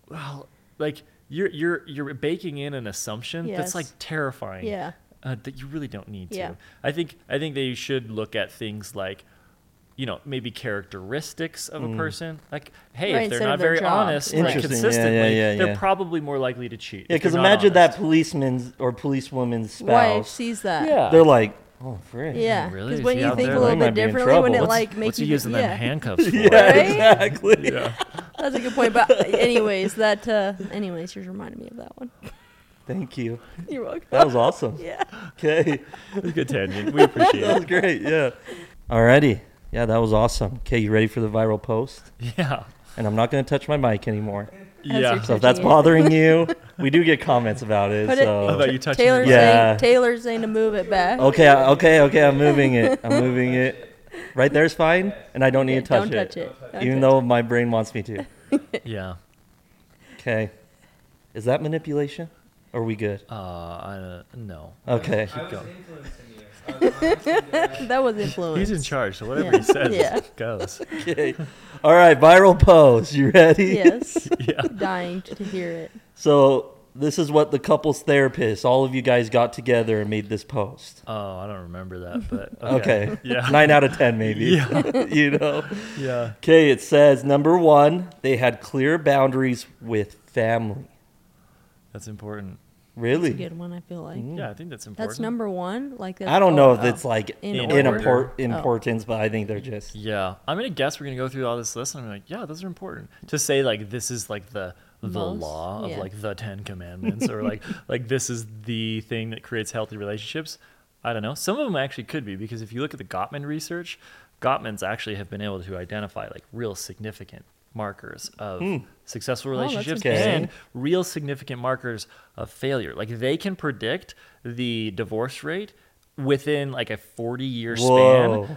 well, like you're you're you're baking in an assumption
Yes.
that's like terrifying.
Yeah.
Uh, that you really don't need
Yeah.
to. I think I think they should look at things like, you know, maybe characteristics of a person. Like, hey,
Right,
if they're
instead of
not
their
very
job.
honest, like,
Mm. Interesting. Yeah, yeah,
consistently,
yeah,
they're
yeah.
probably more likely to cheat.
Yeah,
if they're
because
not
imagine that
honest.
policeman's or policewoman's
wife
spouse.
sees that.
Yeah.
They're like, oh, frick.
Yeah,
Mm, really?
because
Is
when
he
you
out
think
there?
a little
They might
bit
be in
differently, when it
trouble.
like makes
What's
you
he
think-
using
yeah.
them handcuffs for?
Yeah,
Right?
exactly.
Yeah.
That's a good point. But anyways, that uh, anyways, you reminded me of that one.
Thank you.
You're welcome.
That was awesome.
Yeah.
Okay.
That's a good tangent. We appreciate
That
it.
was great. Yeah. Alrighty. Yeah, that was awesome. Okay, you ready for the viral post?
Yeah.
And I'm not going to touch my mic anymore.
Yeah.
So if that's bothering you, we do get comments about it.
Put it-
How about
So.
you touching
Taylor's
your
Yeah.
mic?
saying Taylor's saying to move it back.
Okay, I- okay, okay. I'm moving it. I'm moving it. Right there's fine. And I don't need
Yeah,
to touch
don't touch it. Don't
Even
touch
though my brain wants me to.
Yeah.
Okay. Is that manipulation? Are we good?
Uh, I, uh, no.
Okay.
I was
going.
influencing you. I was honestly,
That was influence.
He's in charge, so whatever
Yeah.
he says
Yeah.
goes.
Okay. All right, viral pose. You ready?
yes,
Yeah.
dying to hear it.
So this is what the couple's therapist, all of you guys got together and made this post.
Oh, I don't remember that, but
Okay.
Oh, Yeah.
Nine out of ten, maybe.
Yeah.
you know.
Yeah.
Okay. It says number one, they had clear boundaries with family.
That's important.
It's a
Really? Mm.
good one. I feel like
Yeah, I think that's important.
that's number one. Like that's
I don't
oh,
know if
oh.
it's like in,
In
in
order.
import,
Oh.
importance, but I think they're just
Yeah, I'm gonna guess we're gonna go through all this list, and I'm like, yeah, those are important. To say like this is like the the
Most,
law of
yeah.
like the Ten Commandments, or like like this is the thing that creates healthy relationships. I don't know. Some of them actually could be because if you look at the Gottman research, Gottmans actually have been able to identify like real significant markers of successful
Hmm. Oh, that's
relationships
interesting.
and real significant markers of failure. Like they can predict the divorce rate within like a 40 year span
whoa.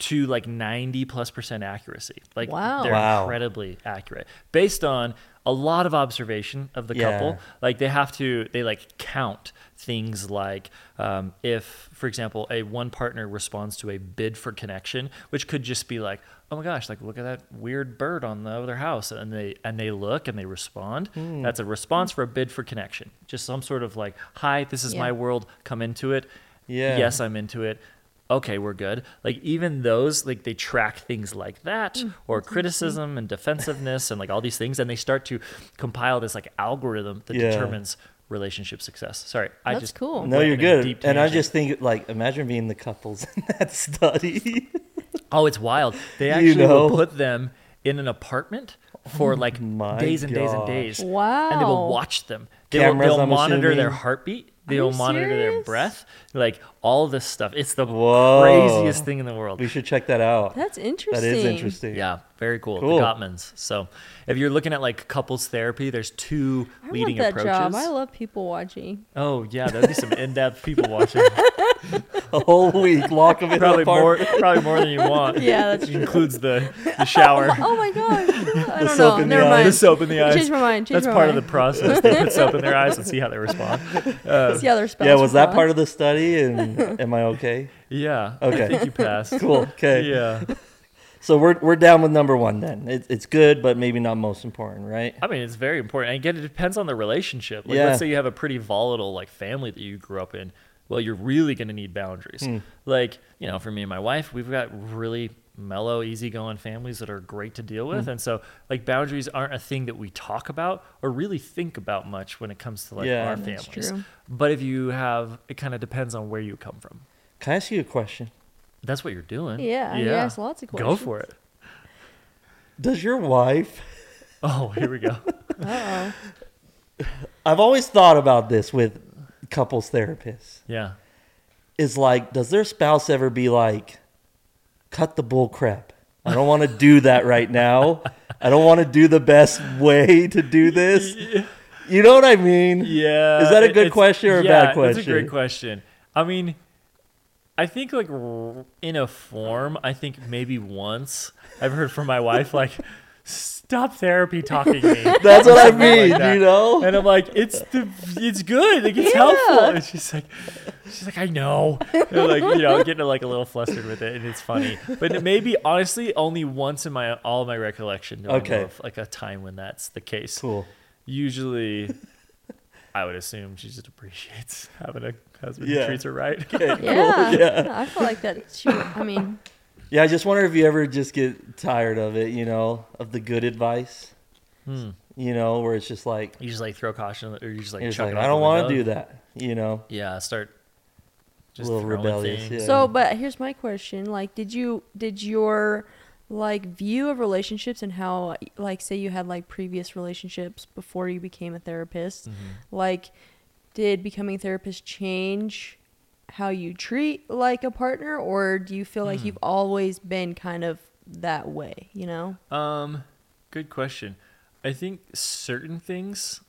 to like 90 plus percent accuracy. Like
Wow.
they're
Wow.
incredibly accurate based on a lot of observation of the
Yeah.
couple. Like they have to, they like count things like um, if, for example, a one partner responds to a bid for connection, which could just be like, oh my gosh, like look at that weird bird on the other house, and they and they look and they respond.
Hmm.
That's a response for a bid for connection. Just some sort of like, hi, this is
Yeah.
my world. Come into it.
Yeah.
Yes, I'm into it. Okay, we're good. Like even those, like they track things like
Mm,
that, or criticism and defensiveness, and like all these things, and they start to compile this like algorithm that
Yeah.
determines relationship success. Sorry, I
That's
just
cool.
No,
went
you're
on a
good.
deep
And I
tangent.
just think, like, imagine being the couples in that study.
oh, it's wild. They
You
actually will
know. Oh
put them in an apartment for like
my
days and days and
gosh.
days.
Wow.
and they will watch them. They
Cameras,
will they'll
I'm
monitor their
assuming.
heartbeat. They
Are you
will monitor their
serious?
breath, like all this stuff. It's the
Whoa.
craziest thing in the world.
we should check that out.
That's interesting.
That is interesting.
Yeah, very cool.
Cool.
The Gottmans. So, if you're looking at like couples therapy, there's two
I
leading
want that
approaches.
job. I love people watching.
oh yeah, there'd be some in-depth people watching.
A whole week, lock them in the
probably more,
apartment.
probably more than you want.
Yeah, that's
It includes the, the shower,
Oh my god! I don't
soap
know.
in the
Never
eye.
the
mind.
soap in the eyes.
Change my mind. Change
That's
my
part
mind.
of the process. They put soap in their eyes and see how they respond.
It's the other spouse
Yeah, was that
response.
part of the study? And am I okay?
Yeah.
Okay.
I think you passed.
Cool. Okay.
Yeah.
So we're, we're down with number one then. It, it's good, but maybe not most important, right?
I mean, it's very important. And again, it depends on the relationship. Like,
Yeah.
let's say you have a pretty volatile like family that you grew up in. Well, you're really going to need boundaries.
Hmm.
Like, you know, for me and my wife, we've got really mellow, easygoing families that are great to deal
Hmm.
with, and so like boundaries aren't a thing that we talk about or really think about much when it comes to like
Yeah.
our
That's
families.
true.
But if you have, it kind of depends on where you come from.
Can I ask you a question?
That's what you're doing.
Yeah, you asked lots of
Go for it.
Does your wife
Oh, here we go.
Uh
I've always thought about this with couples therapists.
yeah.
Is like, does their spouse ever be like, cut the bull crap? I don't want to do that right now. I don't want to do the best way to do this. You know what I mean?
Yeah.
Is that a
it-
good
it's-
question or a
yeah,
bad
That's a
question?
great question. I mean, I think like r- in a form, I think maybe once I've heard from my wife like, "Stop therapy talking to me."
That's what I
Something like
mean,
that.
you know?
And I'm like, "It's the, it's good. Like it's
Yeah.
helpful." And she's like, "She's like, I know." And like you know, getting like a little flustered with it, and it's funny. But maybe honestly, only once in my all my recollection do I know
Okay.
of, like a time when that's the case
Cool.
usually I would assume she just appreciates having a husband
Yeah.
who treats her right.
oh. Yeah. I feel like that. She, I mean,
Yeah, I just wonder if you ever just get tired of it, you know, of the good advice,
Hmm.
you know, where it's just like,
You just like throw caution or you just like,
it's
chuck
like
it out
I
the
don't want to
window.
do that, you know?
Yeah, start just
Little
throwing
rebellious,
things.
yeah.
so but here's my question: Like, did you did your like view of relationships and how like say you had like previous relationships before you became a therapist, like did becoming a therapist change how you treat like a partner, or do you feel like you've always been kind of that way? You know?
Um, good question. I think certain things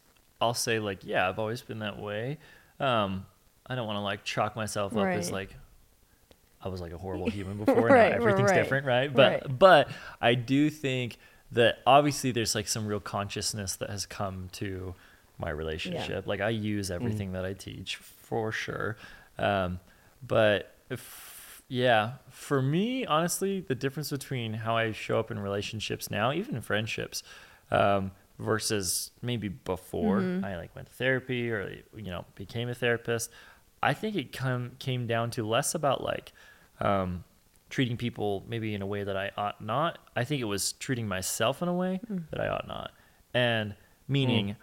I'll say like, yeah, I've always been that way. Um, I don't want to like chalk myself up as
Right.
like I was like a horrible human before.
Right,
and now everything's
right,
different, right? But
right.
but I do think that obviously there's like some real consciousness that has come to my relationship. Like I use everything that I teach for sure. Um, but if, yeah, for me, honestly, the difference between how I show up in relationships now, even in friendships, um, versus maybe before I like went to therapy or you know became a therapist, I think it come came down to less about like um, treating people maybe in a way that I ought not. I think it was treating myself in a way that I ought not, and meaning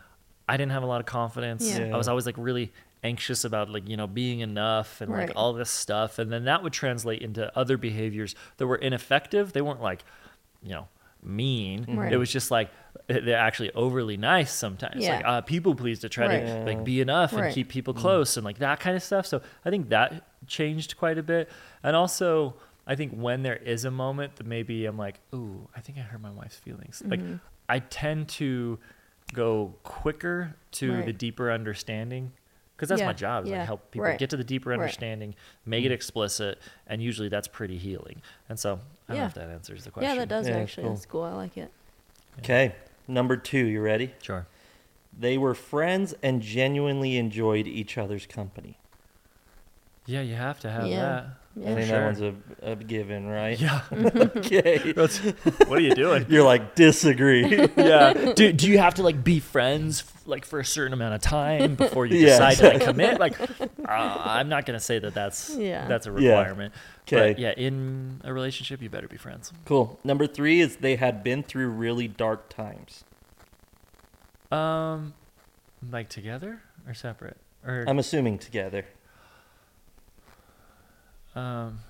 I didn't have a lot of confidence.
Yeah.
Yeah.
I was always like really anxious about like you know being enough and
Right.
like all this stuff, and then that would translate into other behaviors that were ineffective. They weren't like, you know, mean.
Right.
It was just like they're actually overly nice sometimes.
Yeah.
Like uh, people please to try
Right.
to
Yeah.
like be enough
Right.
and keep people close and like that kind of stuff. So I think that changed quite a bit. And also, I think when there is a moment that maybe I'm like, ooh, I think I hurt my wife's feelings.
Mm-hmm.
Like, I tend to go quicker to
Right.
the deeper understanding because that's
Yeah,
my job is
yeah,
like help people
right,
get to the deeper
right.
understanding, make it explicit, and usually that's pretty healing. And so I don't
Yeah.
know if that answers the question.
Yeah, that does
Yeah,
actually.
cool.
That's cool. I like it.
Okay, number two. You ready?
Sure.
They were friends and genuinely enjoyed each other's company.
Yeah, you have to have
Yeah.
that.
I
Yeah.
think
Sure.
that one's a, a given, right?
Yeah.
Okay.
That's- what are you doing?
You're like disagree.
yeah. Do, do you have to like be friends like for a certain amount of time before you
Yeah,
decide to like commit? Like, uh, I'm not gonna say that that's
Yeah.
that's a
Yeah.
requirement.
Okay.
But yeah, in a relationship, you better be friends.
cool. Number three is they had been through really dark times.
Um, like together or separate or
I'm assuming together.
um,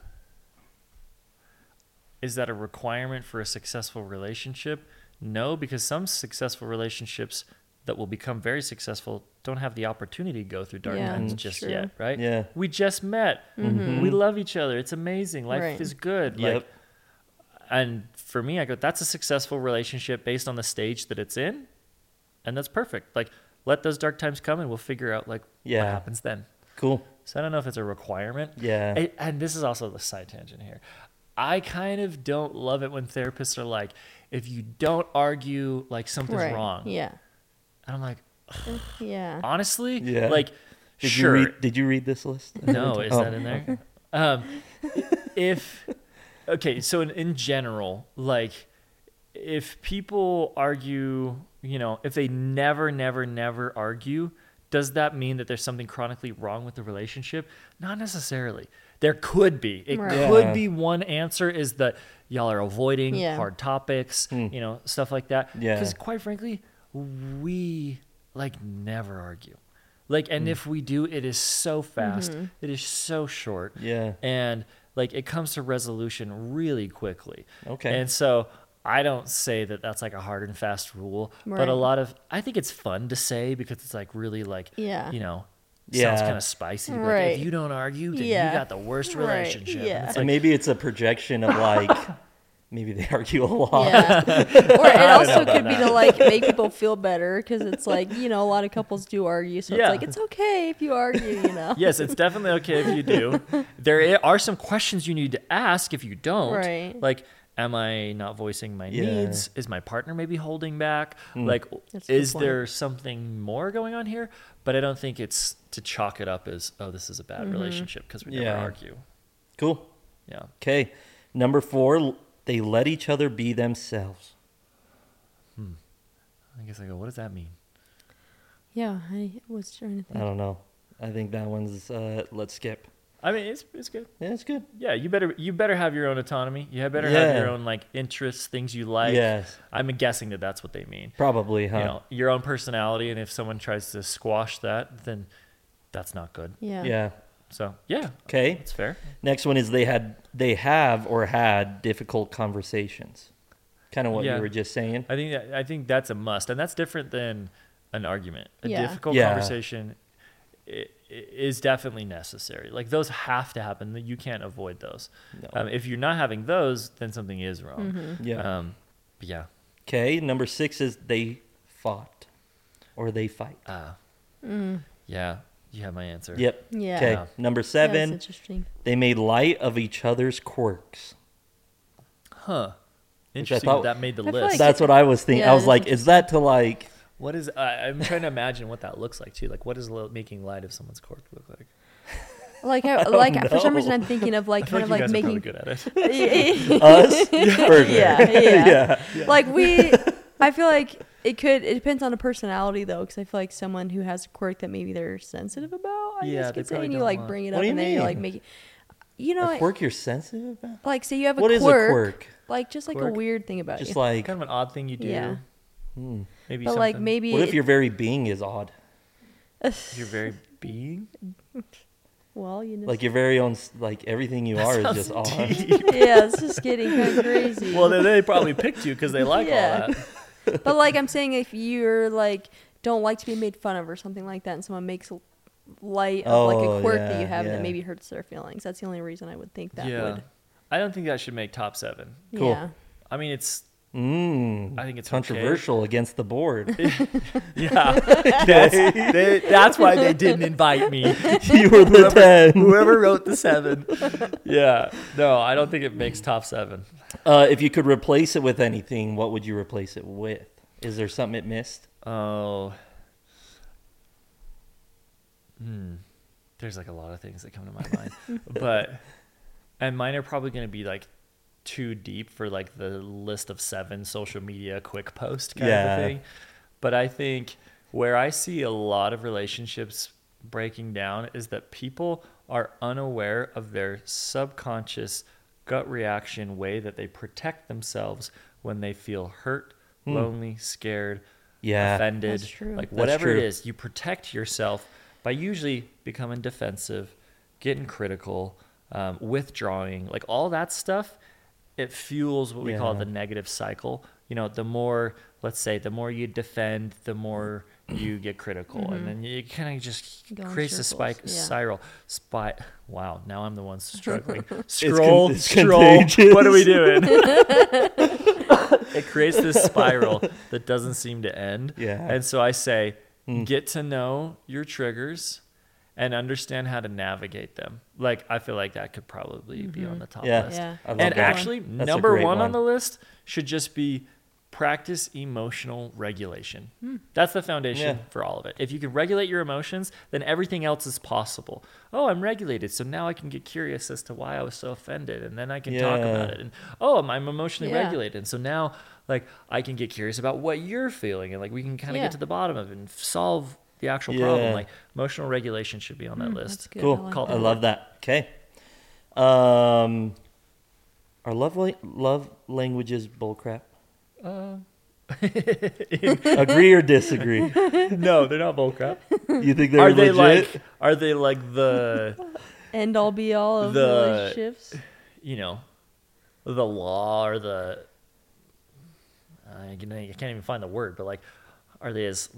is that a requirement for a successful relationship? No, because some successful relationships that will become very successful don't have the opportunity to go through dark
Yeah,
times
Mm.
just
true. Mm-hmm.
yet, right?
Yeah.
We just met. We love each other. It's amazing. Life
Right.
is good. Like
Yep.
and for me, I go, that's a successful relationship based on the stage that it's in. And that's perfect. Like, let those dark times come and we'll figure out like
Yeah.
what happens then.
Cool.
So I don't know if it's a requirement.
Yeah.
And, and this is also the side tangent here. I kind of don't love it when therapists are like, if you don't argue, like something's
right.
wrong.
Yeah.
And I'm like,
Yeah.
honestly,
Yeah.
like,
Did
sure,
you read did you read this list?
no, is
Oh.
that in there? Um, if okay, so in, in general, like if people argue, you know, if they never, never, never argue, does that mean that there's something chronically wrong with the relationship? Not necessarily. There could be. It
Right.
could
Yeah.
be one answer is that y'all are avoiding
Yeah.
hard topics, you know, stuff like that.
Hmm. Yeah.
Because quite frankly, we like never argue. Like, and
Hmm.
if we do, it is so fast.
Mm-hmm.
it is so short.
Yeah.
And like, it comes to resolution really quickly.
Okay.
And so I don't say that that's like a hard and fast rule, but
Right.
a lot of, I think it's fun to say because it's like really like,
Yeah.
you know,
Yeah.
sounds kind of spicy. Like,
Right.
if you don't argue, then
Yeah.
you got the worst
Right.
relationship. And
Yeah.
it's
And
like,
maybe it's a projection of like maybe they argue a lot.
Yeah. or it also
know about
could be to like make people feel better because it's like, you know, a lot of couples do argue. So
Yeah.
it's like, it's okay if you argue, you know?
yes, it's definitely okay if you do. There i- are some questions you need to ask if you don't.
Right.
Like, am I not voicing my
Yeah.
needs? Is my partner maybe holding back? Like,
That's a good
is
point.
there something more going on here? But I don't think it's to chalk it up as, oh, this is a
Mm-hmm.
bad relationship because we
Yeah.
never argue.
Cool.
Yeah.
Okay. Number four, l- they let each other be themselves.
I guess I go, what does that mean?
Yeah. I was trying to
I
think.
don't know. I think that one's uh let's skip.
I mean, it's, it's good.
Yeah, it's good.
Yeah, you better you better have your own autonomy. You better
Yeah.
have your own like interests, things you like.
Yes.
I'm guessing that that's what they mean.
Probably, huh?
you know your own personality and if someone tries to squash that then that's not good
Yeah.
yeah.
so yeah
Okay.
it's fair
Next one is they had they have or had difficult conversations. Kind of what
Yeah.
you were just saying.
i think that, i think that's a must and that's different than an argument a
Yeah.
difficult
Yeah.
conversation i- i- is definitely necessary like those have to happen you can't avoid those
No.
um, if you're not having those then something is wrong
Mm-hmm.
Yeah.
um, but yeah
Okay. Number six is they fought or they fight.
uh,
Mm.
yeah you have my answer
Yep.
Yeah.
Okay.
Yeah.
Number
Yeah, that's
seven,
interesting.
they made light of each other's quirks.
huh
I
interesting
thought-
that, that made the
I feel
list
like-
That's what I was thinking.
Yeah,
I was
that's
like, is that to like,
What is I I'm trying to imagine what that looks like too. Like, what does lo- making light of someone's cork look like?
Like, I, like for some
know.
reason, I'm thinking of like
I feel
kind
like, you guys are
of like
probably
making.
good at it.
us? For sure.
yeah, yeah.
Yeah.
Like we, I feel like it could. It depends on a personality though, because I feel like someone who has a quirk that maybe they're sensitive about. I
Yeah,
guess
they
could say,
probably
and you
don't
like
want-
bring it
What
up,
do you
and then you're like
mean?
making. You know,
A quirk you're sensitive about?
like say you have a
What
quirk,
is a quirk?
like just like
Quirk?
a weird thing about
Just
you.
like,
kind of an odd thing you do.
Yeah.
Maybe
but like
something-
maybe
What if
it-
your very being is odd?
your very being.
well, you know,
Like your very own, s- like everything you are is just odd.
yeah, it's just getting kind of crazy.
well, then they probably picked you because they like
Yeah.
all that.
but like I'm saying, if you're like don't like to be made fun of or something like that, and someone makes l- light of like
Oh,
a quirk
yeah,
that you have
yeah.
that maybe hurts their feelings, that's the only reason I would think that would.
I don't think that should make top seven.
Cool.
Yeah.
I mean, it's
Mm,
I think it's okay.
controversial against the board.
Yeah, that's, they- that's why they didn't invite me.
you were the ten.
Whoever wrote the seven. Yeah, no, I don't think it makes top seven.
Uh, if you could replace it with anything, what would you replace it with? Is there something it missed?
Oh, hmm. There's like a lot of things that come to my mind, but and mine are probably going to be like too deep for like the list of seven social media quick post kind
Yeah.
of a thing. But I think where I see a lot of relationships breaking down is that people are unaware of their subconscious gut reaction way that they protect themselves when they feel hurt, lonely, scared,
Yeah.
offended,
That's true.
like
That's
whatever it
true.
is, you protect yourself by usually becoming defensive, getting critical, um, withdrawing, like all that stuff. It fuels what we call
Yeah.
the negative cycle. You know, the more, let's say, the more you defend, the more you get critical,
Mm-hmm.
and then you kind of just
Go in
creates a
circles,
spike
yeah.
spiral. Spy. Wow, now I'm the one struggling. Scroll,
it's
scroll. What are we
contagious.
doing? it creates this spiral that doesn't seem to end.
Yeah. Hmm.
And so I say, get to know your triggers and understand how to navigate them. Like I feel like that could probably be on the top
Yeah.
list.
Yeah.
I love
And
that.
actually,
That's a
number
great
one, on
one.
the list should just be practice emotional regulation.
Hmm.
That's the foundation
Yeah.
for all of it. If you can regulate your emotions, then everything else is possible. Oh, I'm regulated, so now I can get curious as to why I was so offended, and then I can talk about
Yeah.
it. And oh, I'm, I'm emotionally
Yeah.
regulated, and so now like I can get curious about what you're feeling, and like we can kind of
Yeah.
get to the bottom of it and solve the actual problem.
Yeah.
Like emotional regulation should be on that list.
Hmm, that's good.
Cool.
I
I,
like
that.
love that. Okay. Um, are love la- love languages bullcrap? Agree or disagree?
no, they're not bullcrap.
You think they're
Are they
legit?
like? Are they like the?
End all be all of
The-
relationships.
you know, the law or the I can- I can't even find the word, but like, are they as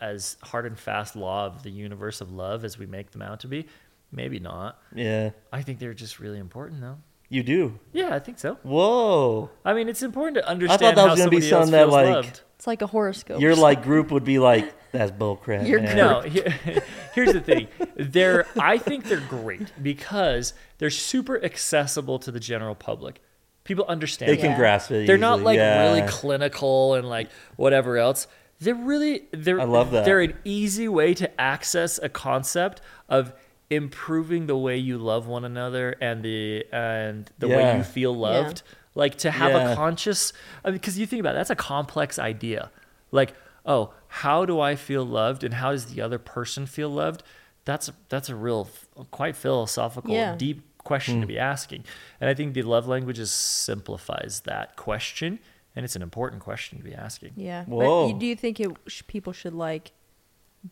as hard and fast law of the universe of love as we make them out to be? Maybe not.
yeah,
I think they're just really important, though.
you do.
Yeah, I think so.
Whoa,
I mean, it's important to understand
that was
how
gonna be
somebody else
something that,
feels
like-
loved.
It's like a horoscope.
your like group would be like that's bullcrap.
You're
man."
No, he- here's the thing. They're I think they're great because they're super accessible to the general public. People understand.
they can
Yeah.
grasp it.
They're not
easily.
like
Yeah.
really clinical and like whatever else. They're really they're
I love that.
they're an easy way to access a concept of improving the way you love one another and the and the way
Yeah.
you feel loved. Like to have a
Yeah.
conscious I mean cuz you think about it, that's a complex idea. Like, oh, how do I feel loved and how does the other person feel loved? That's that's a real quite philosophical
Yeah.
deep deep question to be asking. And I think the love languages simplifies that question, and it's an important question to be asking.
Yeah. But
Whoa.
you, do you think it sh- people should like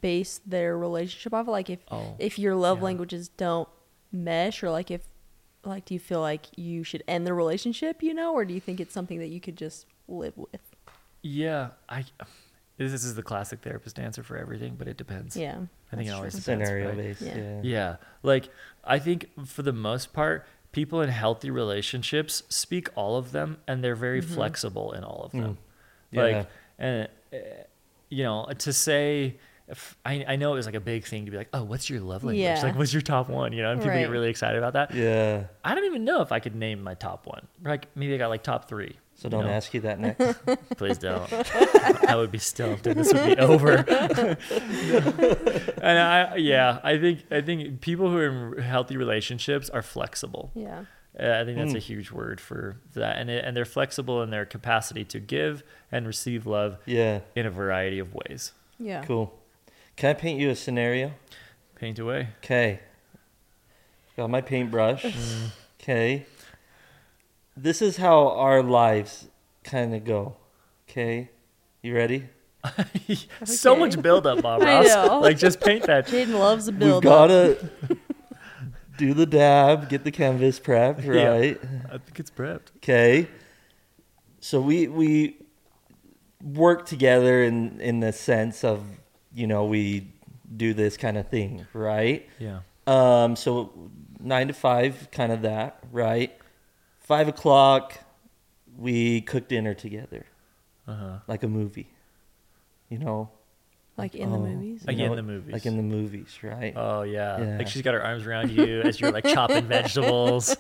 base their relationship off? of, Like if
Oh,
if your love
yeah.
languages don't mesh, or like if like do you feel like you should end the relationship? You know, or do you think it's something that you could just live with?
Yeah, I. This is the classic therapist answer for everything, but it depends.
Yeah.
I think it
that's
always
true.
depends,
scenario
right?
based.
Yeah.
Yeah.
Yeah. Like I think for the most part, people in healthy relationships speak all of them and they're very
Mm-hmm.
flexible in all of them.
Yeah.
Like and uh, you know, to say if, I, I know it was like a big thing to be like, oh, what's your love language?
Yeah.
Like, what's your top one? You know, and people get
Right.
really excited about that.
Yeah.
I don't even know if I could name my top one. Like, maybe I got like top three.
So don't
No.
ask you that next.
Please don't. I would be stumped and this would be over. and I, yeah, I think I think people who are in healthy relationships are flexible.
Yeah.
Uh, I think that's a huge word for that, and it, and they're flexible in their capacity to give and receive love
yeah.
in a variety of ways.
Yeah.
Cool. Can I paint you a scenario?
Paint away.
Okay. Got my paintbrush. Okay. This is how our lives kind of go. Okay. You ready?
so
Okay.
much buildup, Bob
I
Ross.
know.
Like just paint that.
Jaden loves a
We've
build.
got to do the dab, get the canvas prepped,
Yeah.
right?
I think it's prepped.
Okay. So we we work together in in the sense of, you know, we do this kind of thing, right?
Yeah.
Um, so nine to five, kind of that, right? Five o'clock, we cook dinner together,
Uh huh.
like a movie. You know,
like in
Oh.
the movies.
Like
You know,
in the movies.
like in the movies, right?
Oh yeah.
Yeah.
Like she's got her arms around you as you're like chopping vegetables.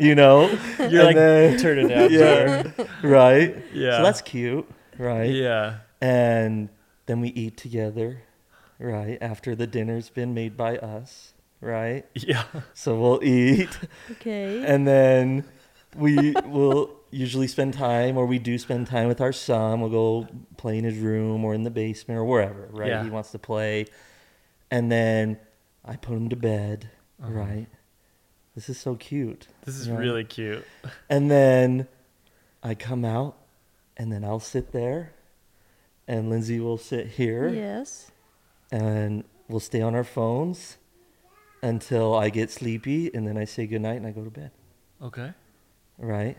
you know,
You're
And
like
then-
turn it down.
yeah,
Yeah.
right.
Yeah.
So that's cute, right?
Yeah.
And then we eat together, right? After the dinner's been made by us, right?
Yeah.
So we'll eat.
Okay.
and then we will usually spend time or we do spend time with our son we'll go play in his room or in the basement or wherever right
Yeah.
he wants to play and then i put him to bed right this is so cute
Uh-huh. This is
right?
really cute.
and then i come out and then i'll sit there and lindsay will sit here
Yes.
and we'll stay on our phones until i get sleepy and then i say goodnight and i go to bed
Okay.
Right.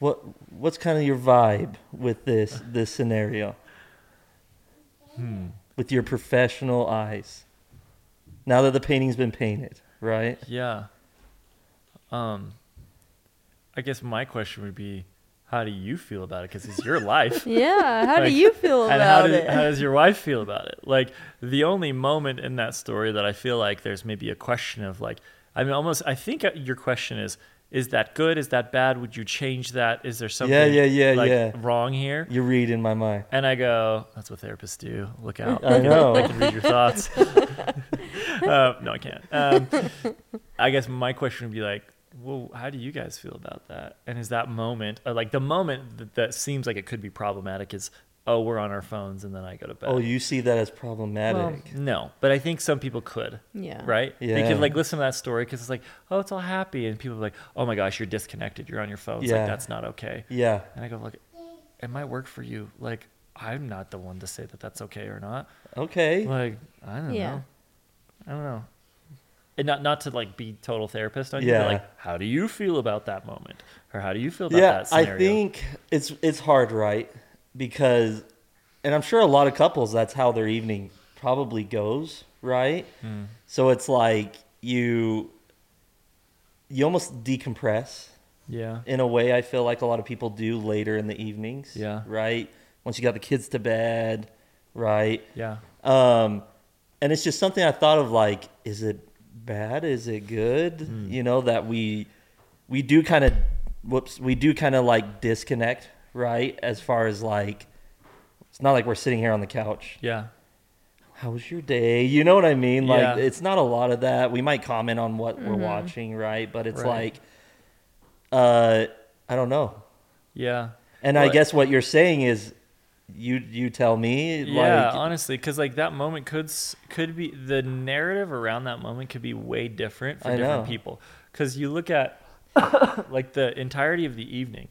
What what's kind of your vibe with this this scenario? With your professional eyes. Now that the painting's been painted, right?
Yeah. Um I guess my question would be how do you feel about it cuz it's your life.
Yeah. How
Like,
do you feel
and how,
about
did,
it?
how does your wife feel about it? Like the only moment in that story that I feel like there's maybe a question of like, I mean, almost. I think uh, your question is, is that good? Is that bad? Would you change that? Is there something?
Yeah, yeah, yeah,
like,
yeah.
Wrong here.
You read in my mind.
And I go, that's what therapists do. Look out.
I know.
I can read your thoughts. uh, no, I can't. Um, I guess my question would be like, well, how do you guys feel about that? And is that moment, uh, like the moment that, that seems like it could be problematic is, oh, we're on our phones and then I go to bed.
Oh, you see that as
Well,
problematic.
no, but I think some people could.
Yeah.
Right? They
Yeah.
could like listen to that story because it's like, oh, it's all happy. And people are like, oh my gosh, you're disconnected. You're on your phone. It's
Yeah.
like, that's not okay.
yeah.
And I go, like, it might work for you. Like, I'm not the one to say that that's okay or not.
Okay.
Like, I don't
Yeah.
know. I don't know. And not not to like be total therapist on you,
Yeah.
but like, how do you feel about that moment, or how do you feel about
yeah,
that scenario?
I think it's it's hard, right? Because and I'm sure a lot of couples that's how their evening probably goes, right?
Hmm.
So it's like you you almost decompress
Yeah.
in a way I feel like a lot of people do later in the evenings.
Yeah.
Right? Once you got the kids to bed, right?
Yeah.
Um, and it's just something I thought of like, is it bad? Is it good?
Hmm.
You know, that we we do kind of whoops, we do kind of like disconnect, right? As far as like it's not like we're sitting here on the couch.
Yeah.
How was your day? You know what I mean? Like
Yeah.
it's not a lot of that. We might comment on what we're watching, right? But it's
Right.
like uh I don't know.
Yeah.
And I
Well,
guess what you're saying is you you tell me
Yeah,
like
honestly, because like that moment could s- could be the narrative around that moment could be way different for
I
different
know.
people. Because you look at like the entirety of the evening,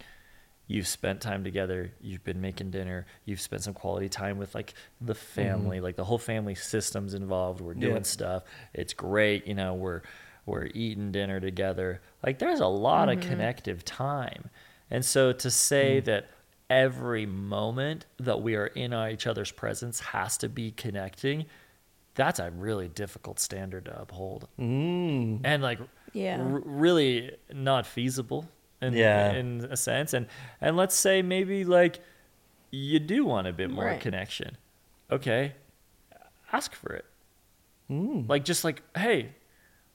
you've spent time together, you've been making dinner, you've spent some quality time with like the family, like the whole family system's involved. We're doing
Yeah.
stuff. It's great, you know. We're we're eating dinner together. Like there's a lot of connective time, and so to say that every moment that we are in each other's presence has to be connecting, that's a really difficult standard to uphold,
mm,
and like
yeah.
r- really not feasible in,
Yeah.
in a sense. And and let's say maybe like you do want a bit more
Right.
connection. Okay. Ask for it.
mm.
Like just like, hey,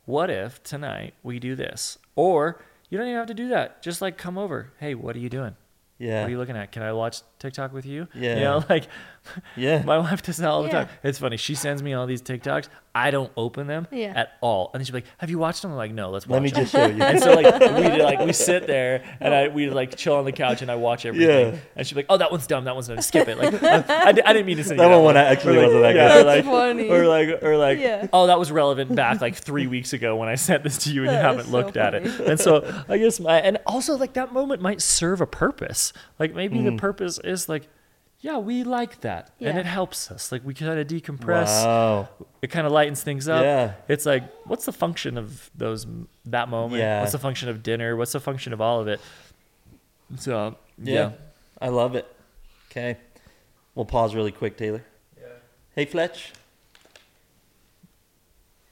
what if tonight we do this? Or you don't even have to do that. Just like come over. Hey, what are you doing?
Yeah.
What are you looking at? Can I watch TikTok with you?
Yeah.
You know, like
yeah.
my wife does that all the
Yeah.
time. It's funny. She sends me all these TikToks. I don't open them
Yeah.
at all. And then she'd be like, Have you watched them? I'm like, No, let's watch
Let me
them.
just show you.
And so like we like we sit there and I we like chill on the couch and I watch everything.
Yeah.
And she'd be like, "Oh, that one's dumb. That one's dumb. Skip it." Like I, I di- I didn't mean to say
That one went- actually
Or, like,
wasn't that
yeah,
good.
or, like,
That's funny.
Or like or like,
Yeah.
"Oh, that was relevant back like three weeks ago when I sent this to you and you
That
haven't
is so
looked at it." And so I
Mm.
guess my and also like that moment might serve a purpose. Like maybe the purpose is like. yeah, we like that, and
Yeah.
it helps us. Like we kind of decompress.
Wow.
It kind of lightens things up.
Yeah.
It's like, what's the function of those that moment?
Yeah.
What's the function of dinner? What's the function of all of it? So
Yeah.
yeah.
I love it. Okay. We'll pause really quick, Taylor.
Yeah.
Hey, Fletch.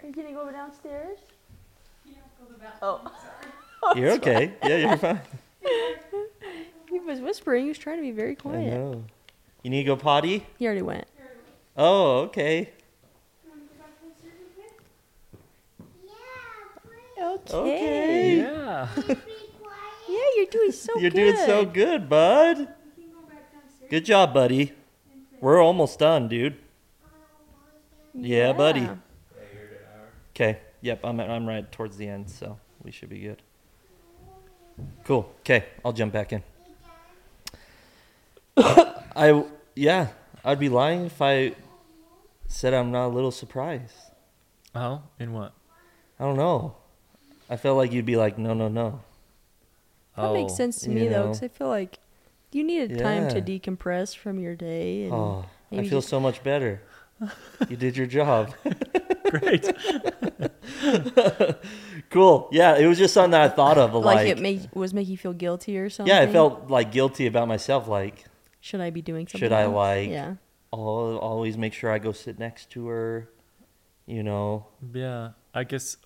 Are you getting over downstairs?
You're okay. Yeah, you're fine.
He was whispering. He was trying to be very
I
quiet.
know. You need to go potty?
He already went.
Oh, okay.
Okay.
Okay.
yeah.
Yeah, you're doing so
you're
good.
doing so good, bud. Good job, buddy. We're almost done, dude. Yeah, buddy. Okay. Yep, I'm I'm right towards the end, so we should be good. Cool. Okay, I'll jump back in. I yeah, I'd be lying if I said I'm not a little surprised.
Oh, in what?
I don't know. I felt like you'd be like, no, no, no.
That makes
Oh,
sense to
you
me though,
know.
'cause though, because I feel like you needed time to
Yeah.
decompress from your day. And
Oh, I
maybe
feel
just-
so much better. You did your job.
Great.
cool. Yeah, it was just something that I thought of. Like,
like, it made, was making you feel guilty or something.
yeah, I felt like guilty about myself. Like,
Should I be doing something?
Should I,
else?
like-
Yeah.
I'll always make sure I go sit next to her. You know,
yeah. I guess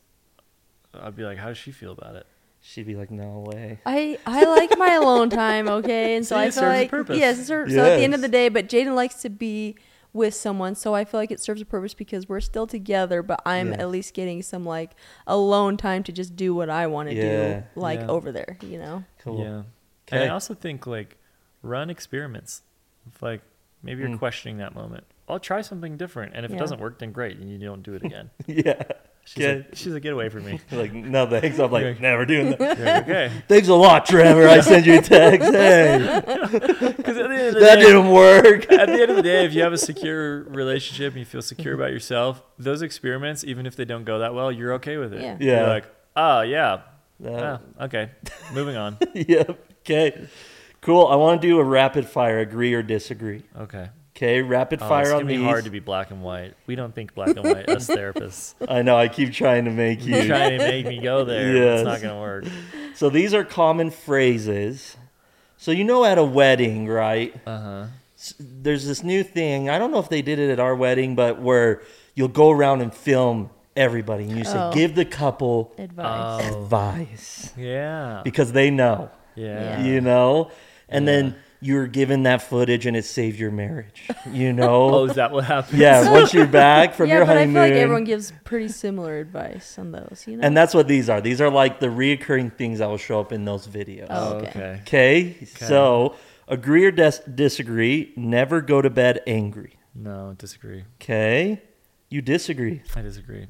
I'd be like, how does she feel about it?
she'd be like, "No way."
I, I like my alone time, okay? And so
See,
I
it
feel
serves a
like
purpose.
yes, it serves, so at the end of
Yes.
the day, but Jaden likes to be with someone, so I feel like it serves a purpose because we're still together, but I'm
Yes.
at least getting some like alone time to just do what I want to
Yeah.
do, like
Yeah.
over there, you know?
Cool.
Yeah.
Okay.
And I also think like run experiments. If, like maybe you're
Mm.
questioning that moment. I'll try something different, and if
Yeah.
it doesn't work, then great, and you don't do it again.
Yeah.
She's, a, she's a getaway for me.
Like, no thanks. I'm like
Okay.
never doing that.
You're like, okay,
Thanks a lot, Trevor. I sent you a text. Hey,
because at the end of the
that
day,
didn't work.
at the end of the day, if you have a secure relationship and you feel secure about yourself, those experiments, even if they don't go that well, you're okay with it.
Yeah.
Yeah.
You're like, oh yeah,
Uh,
oh, okay, moving on.
yep. Okay. Cool. I want to do a rapid fire. Agree or disagree?
Okay.
Okay. Rapid
Oh, it's
fire
gonna
on
be
these.
hard to be black and white. We don't think black and white as therapists.
I know. I keep trying to make you.
You're trying to make me go there. but It's
Yes.
not gonna work.
So these are common phrases. So you know, at a wedding, right?
Uh huh.
s- there's this new thing. I don't know if they did it at our wedding, but where you'll go around and film everybody, and you say,
Oh.
"Give the couple
Advice.
Oh
advice,"
yeah.
because they know,
Yeah.
you know. And
Yeah.
then you're given that footage, and it saved your marriage, you know.
Oh, is that what happened?
yeah, once you're back from
yeah,
your
but
honeymoon,
I feel like everyone gives pretty similar advice on those, you know?
and that's what these are. These are like the reoccurring things that will show up in those videos.
Oh.
okay.
Okay.
Okay, so agree or dis- disagree. Never go to bed angry.
No, disagree.
Okay, you disagree.
I disagree.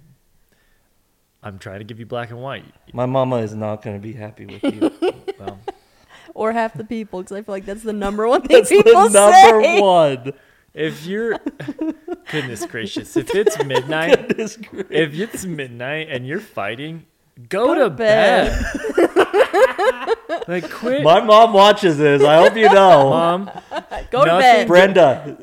I'm trying to give you black and white.
My mama is not going to be happy with you.
Well,
or half the people, because I feel like that's the number one thing
That's the
people
number
say.
one.
if you're goodness gracious, if it's midnight,
Goodness gra-
if it's midnight and you're fighting, go,
Go
to
to
bed. like quit,
My mom watches this. I hope you know.
mom.
Go to
Nothing
bed.
Brenda,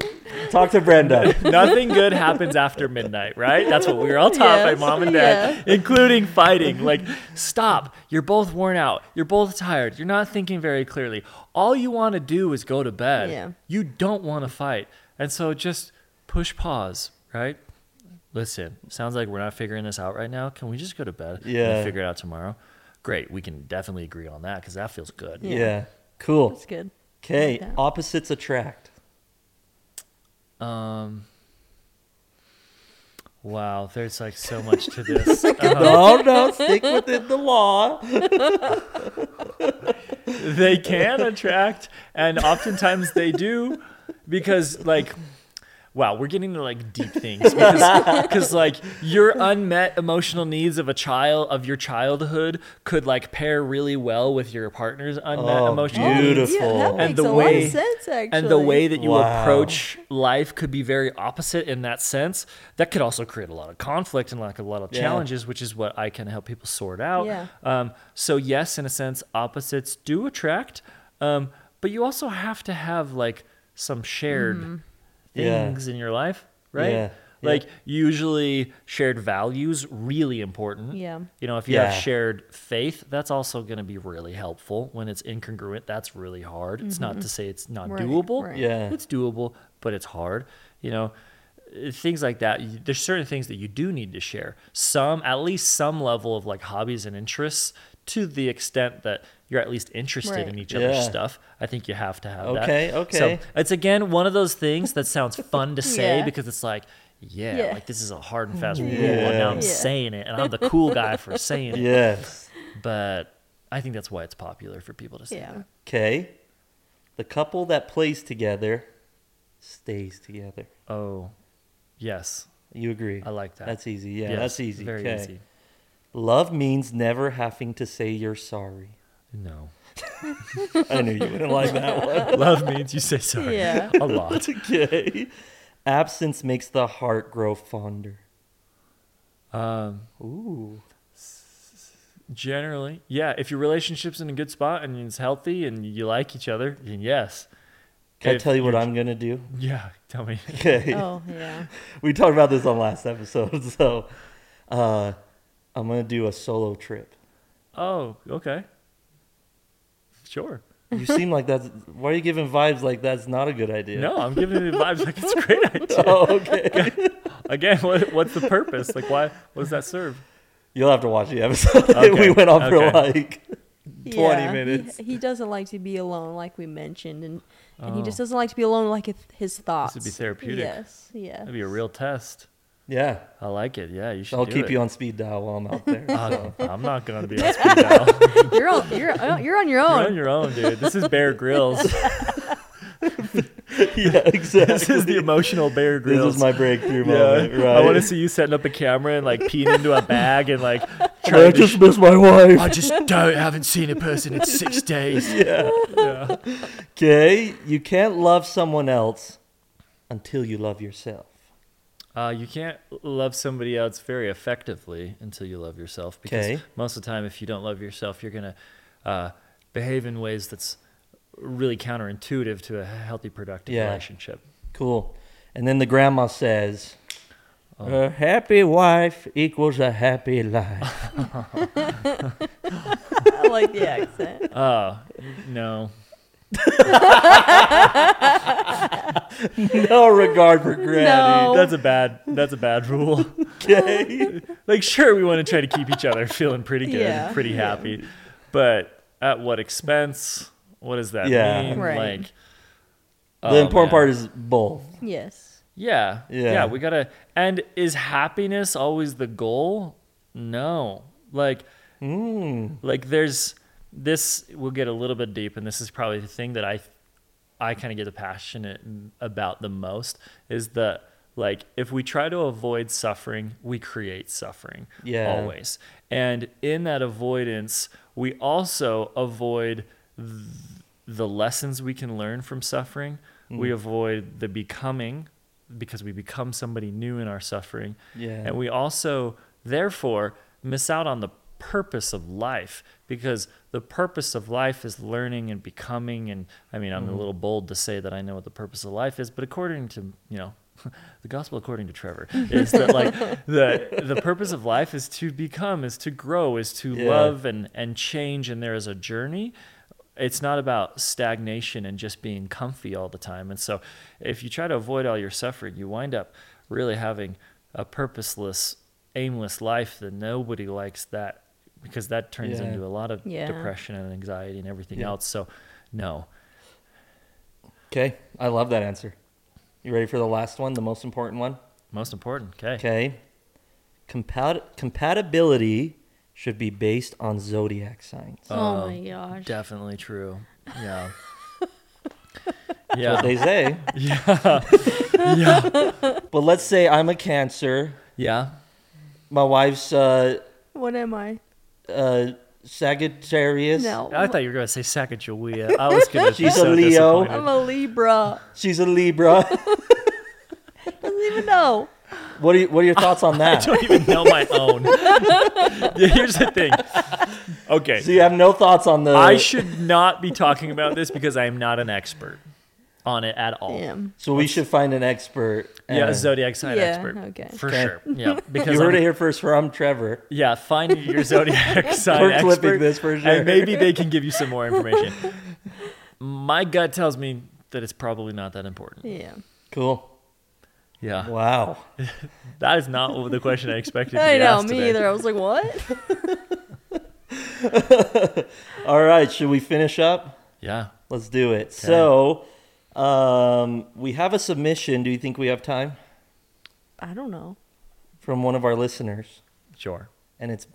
talk to Brenda.
Nothing good happens after midnight, right? That's what we were all taught by
Yes,
mom and dad, including fighting. Like, stop. You're both worn out. You're both tired. You're not thinking very clearly. All you want to do is go to bed.
Yeah.
You don't want to fight. And so just push pause, right? Listen, sounds like we're not figuring this out right now. Can we just go to bed? and
Yeah.
figure it out tomorrow. Great. We can definitely agree on that because that feels good.
Yeah.
Yeah.
Cool.
That's good.
Okay.
that.
Opposites attract.
Um. Wow, there's like so much to
Oh
this. Um,
No, no. Stick within the law.
they can attract, and oftentimes they do, because like, wow, we're getting to like deep things because like your unmet emotional needs of a child of your childhood could like pair really well with your partner's unmet
Oh,
emotional needs.
Beautiful.
Yeah, that
And
makes
the
a lot
way-
of sense, actually.
and the way that you
Wow.
approach life could be very opposite in that sense that could also create a lot of conflict and like a lot of
Yeah.
challenges which is what i can help people sort out
Yeah.
um, so yes in a sense opposites do attract um, but you also have to have like some shared
Mm-hmm.
Yeah.
things in your life, right?
Yeah, yeah.
Like usually shared values really important.
Yeah.
You know, if you
Yeah.
have shared faith, that's also going to be really helpful. When it's incongruent, that's really hard. It's
Mm-hmm.
not to say it's not
Right,
doable.
right.
uh, Yeah.
It's doable, but it's hard. You know, uh, things like that. You- There's certain things that you do need to share. Some, at least some level of like hobbies and interests to the extent that you're at least interested
Right.
in each other's
Yeah.
stuff. I think you have to have that.
Okay, okay.
So it's again one of those things that sounds fun to say
Yeah.
because it's like, yeah,
Yeah.
like this is a hard and fast rule,
Yeah.
and now I'm
Yeah.
saying it, and I'm the cool guy for saying it.
Yes.
But I think that's why it's popular for people to say
Yeah.
that.
Okay. The couple that plays together stays together.
Oh, yes,
You agree?
I like that.
That's easy. Yeah,
Yes,
that's easy.
Very
okay.
easy.
Love means never having to say you're sorry.
No,
I knew you wouldn't like that one.
love means you say sorry.
Yeah.
a lot.
Okay. Absence makes the heart grow fonder.
Um,
Ooh.
generally, yeah. If your relationship's in a good spot and it's healthy and you like each other, then yes.
Can I
If
tell you what
you're-
I'm gonna do?
Yeah, tell me.
Okay.
Oh yeah.
We talked about this on last episode, so uh, I'm gonna do a solo trip.
Oh, okay. Sure.
You seem like that's why are you giving vibes like that's not a good idea?
No, I'm giving you the vibes like it's a great idea.
Oh, okay.
Again, what, what's the purpose? Like, why? What does that serve?
You'll have to watch the episode. we
Okay,
went on for
okay.
like 20
Yeah, he-
minutes.
He, doesn't like to be alone, like we mentioned, and, and he just
Oh.
doesn't like to be alone, like his- his thoughts.
would be therapeutic.
Yes. Yeah.
That'd be a real test.
Yeah.
I like it. Yeah, you should.
I'll
do
keep
it.
you on speed dial while I'm out there.
Oh, I'm not gonna be on speed dial.
You're all, you're uh, you're on
You're
your own.
on your own, dude. This is Bear Grylls.
yeah, exactly.
This is the emotional Bear Grylls.
This is my breakthrough
Yeah.
moment, right?
I want to see you setting up a camera and like peeing into a bag and like
I
trying to.
just miss my wife.
I just don't haven't seen a person in six days.
yeah.
Yeah.
Okay, you can't love someone else until you love yourself.
Uh, you can't love somebody else very effectively until you love yourself. Because
Okay.
most of the time, if you don't love yourself, you're gonna uh, behave in ways that's really counterintuitive to a healthy, productive
Yeah.
relationship.
Cool. And then the grandma says, "A happy wife equals a happy life."
I like the accent.
Oh no,
no regard for granny.
No.
that's a bad. That's a bad rule.
Okay.
like, sure, we want to try to keep each other feeling pretty good,
Yeah.
and pretty happy, but at what expense? What does that
Yeah.
mean?
Right.
Like, oh,
the important part is both.
Yes.
Yeah.
Yeah.
We gotta. And is happiness always the goal? No. Like,
Mm.
like there's this. We'll get a little bit deep, and this is probably the thing that I, I kind of get the passionate about the most is that like if we try to avoid suffering, we create suffering.
Yeah.
Always. And in that avoidance, we also avoid the lessons we can learn from suffering. We avoid the becoming because we become somebody new in our suffering.
Yeah.
And we also, therefore, miss out on the purpose of life because the purpose of life is learning and becoming. And I mean, I'm a little bold to say that I know what the purpose of life is, but according to, you know, the gospel according to Trevor is that like the the purpose of life is to become, is to grow, is to
Yeah.
love and and change and there is a journey it's not about stagnation and just being comfy all the time and so if you try to avoid all your suffering you wind up really having a purposeless aimless life that nobody likes that because that turns
Yeah.
into a lot of
Yeah.
depression and anxiety and everything
Yeah.
else so no
Okay, I love that answer. You ready for the last one, the most important one?
most important okay,
Okay. Compat- compatibility should be based on zodiac signs.
oh my gosh.
definitely true yeah
That's what
yeah
they say.
yeah
But let's say I'm a Cancer.
yeah
My wife's uh,
What am I?
uh, Sagittarius.
No.
I thought you were gonna say Sacagawea. I was gonna. be
She's
so
a Leo.
disappointed.
I'm a Libra.
She's a Libra.
Doesn't even know.
what are you, What are your thoughts on that?
don't even know my own. Yeah, Here's the thing. Okay.
uh, So you have no thoughts on the.
I should not be talking about this because I am not an expert. on it at
Oh.
all.
Yeah.
So we should find an expert.
Yeah,
Uh,
a zodiac sign
Yeah,
expert.
okay.
For
Okay.
sure. Yeah. Because
you heard
I'm-
it here first from Trevor.
Yeah, find your zodiac sign
We're clipping
expert,
this for sure.
and maybe they can give you some more information. My gut tells me that it's probably not that important.
Yeah.
Cool.
Yeah,
Wow.
that is not what the question I expected. To
I
be
know,
asked
me
today.
either. I was like, what?
All right. Should we finish up?
Yeah,
Let's do it. So, um, we have a submission. Do you think we have time
I don't know.
from one of our listeners?
sure.
And it's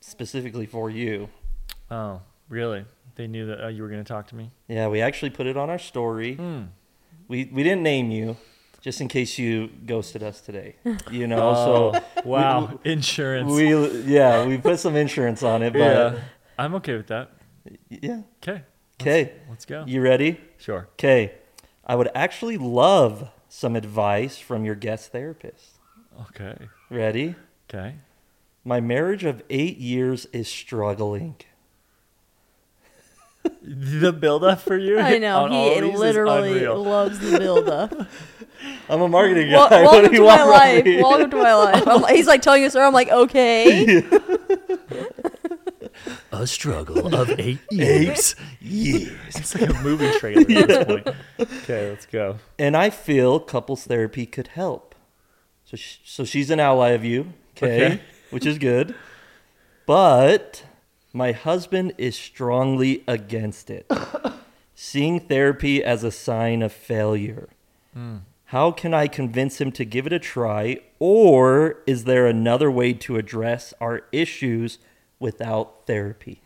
specifically for you.
Oh, really? They knew that oh, you were going to talk to me.
Yeah, we actually put it on our story.
Mm.
Hmm.
We we didn't name you, just in case you ghosted us today. You know, so
Oh, wow, insurance.
Oh.
we yeah we put some insurance on it,
yeah,
but
I'm okay with that.
yeah.
Okay,
Okay,
let's go.
you ready?
Sure.
Okay, I would actually love some advice from your guest therapist.
Okay.
Ready?
Okay.
My marriage of eight years is struggling.
The build up for you.
I know.
on all
He
these is
literally
unreal.
loves the buildup. Wel-
I'm a marketing guy. what
welcome
do
to
you
my
want from
life.
me?
Welcome to my life. I'm, he's like telling you a story. I'm like, okay.
A struggle of eight
years. Yeah.
It's like a movie trailer at this point. Okay, let's go.
and I feel couples therapy could help. So, sh- so she's an ally of you, okay,
Okay.
which is good. But my husband is strongly against it, seeing therapy as a sign of failure.
Hmm.
How can I convince him to give it a try, or is there another way to address our issues without therapy?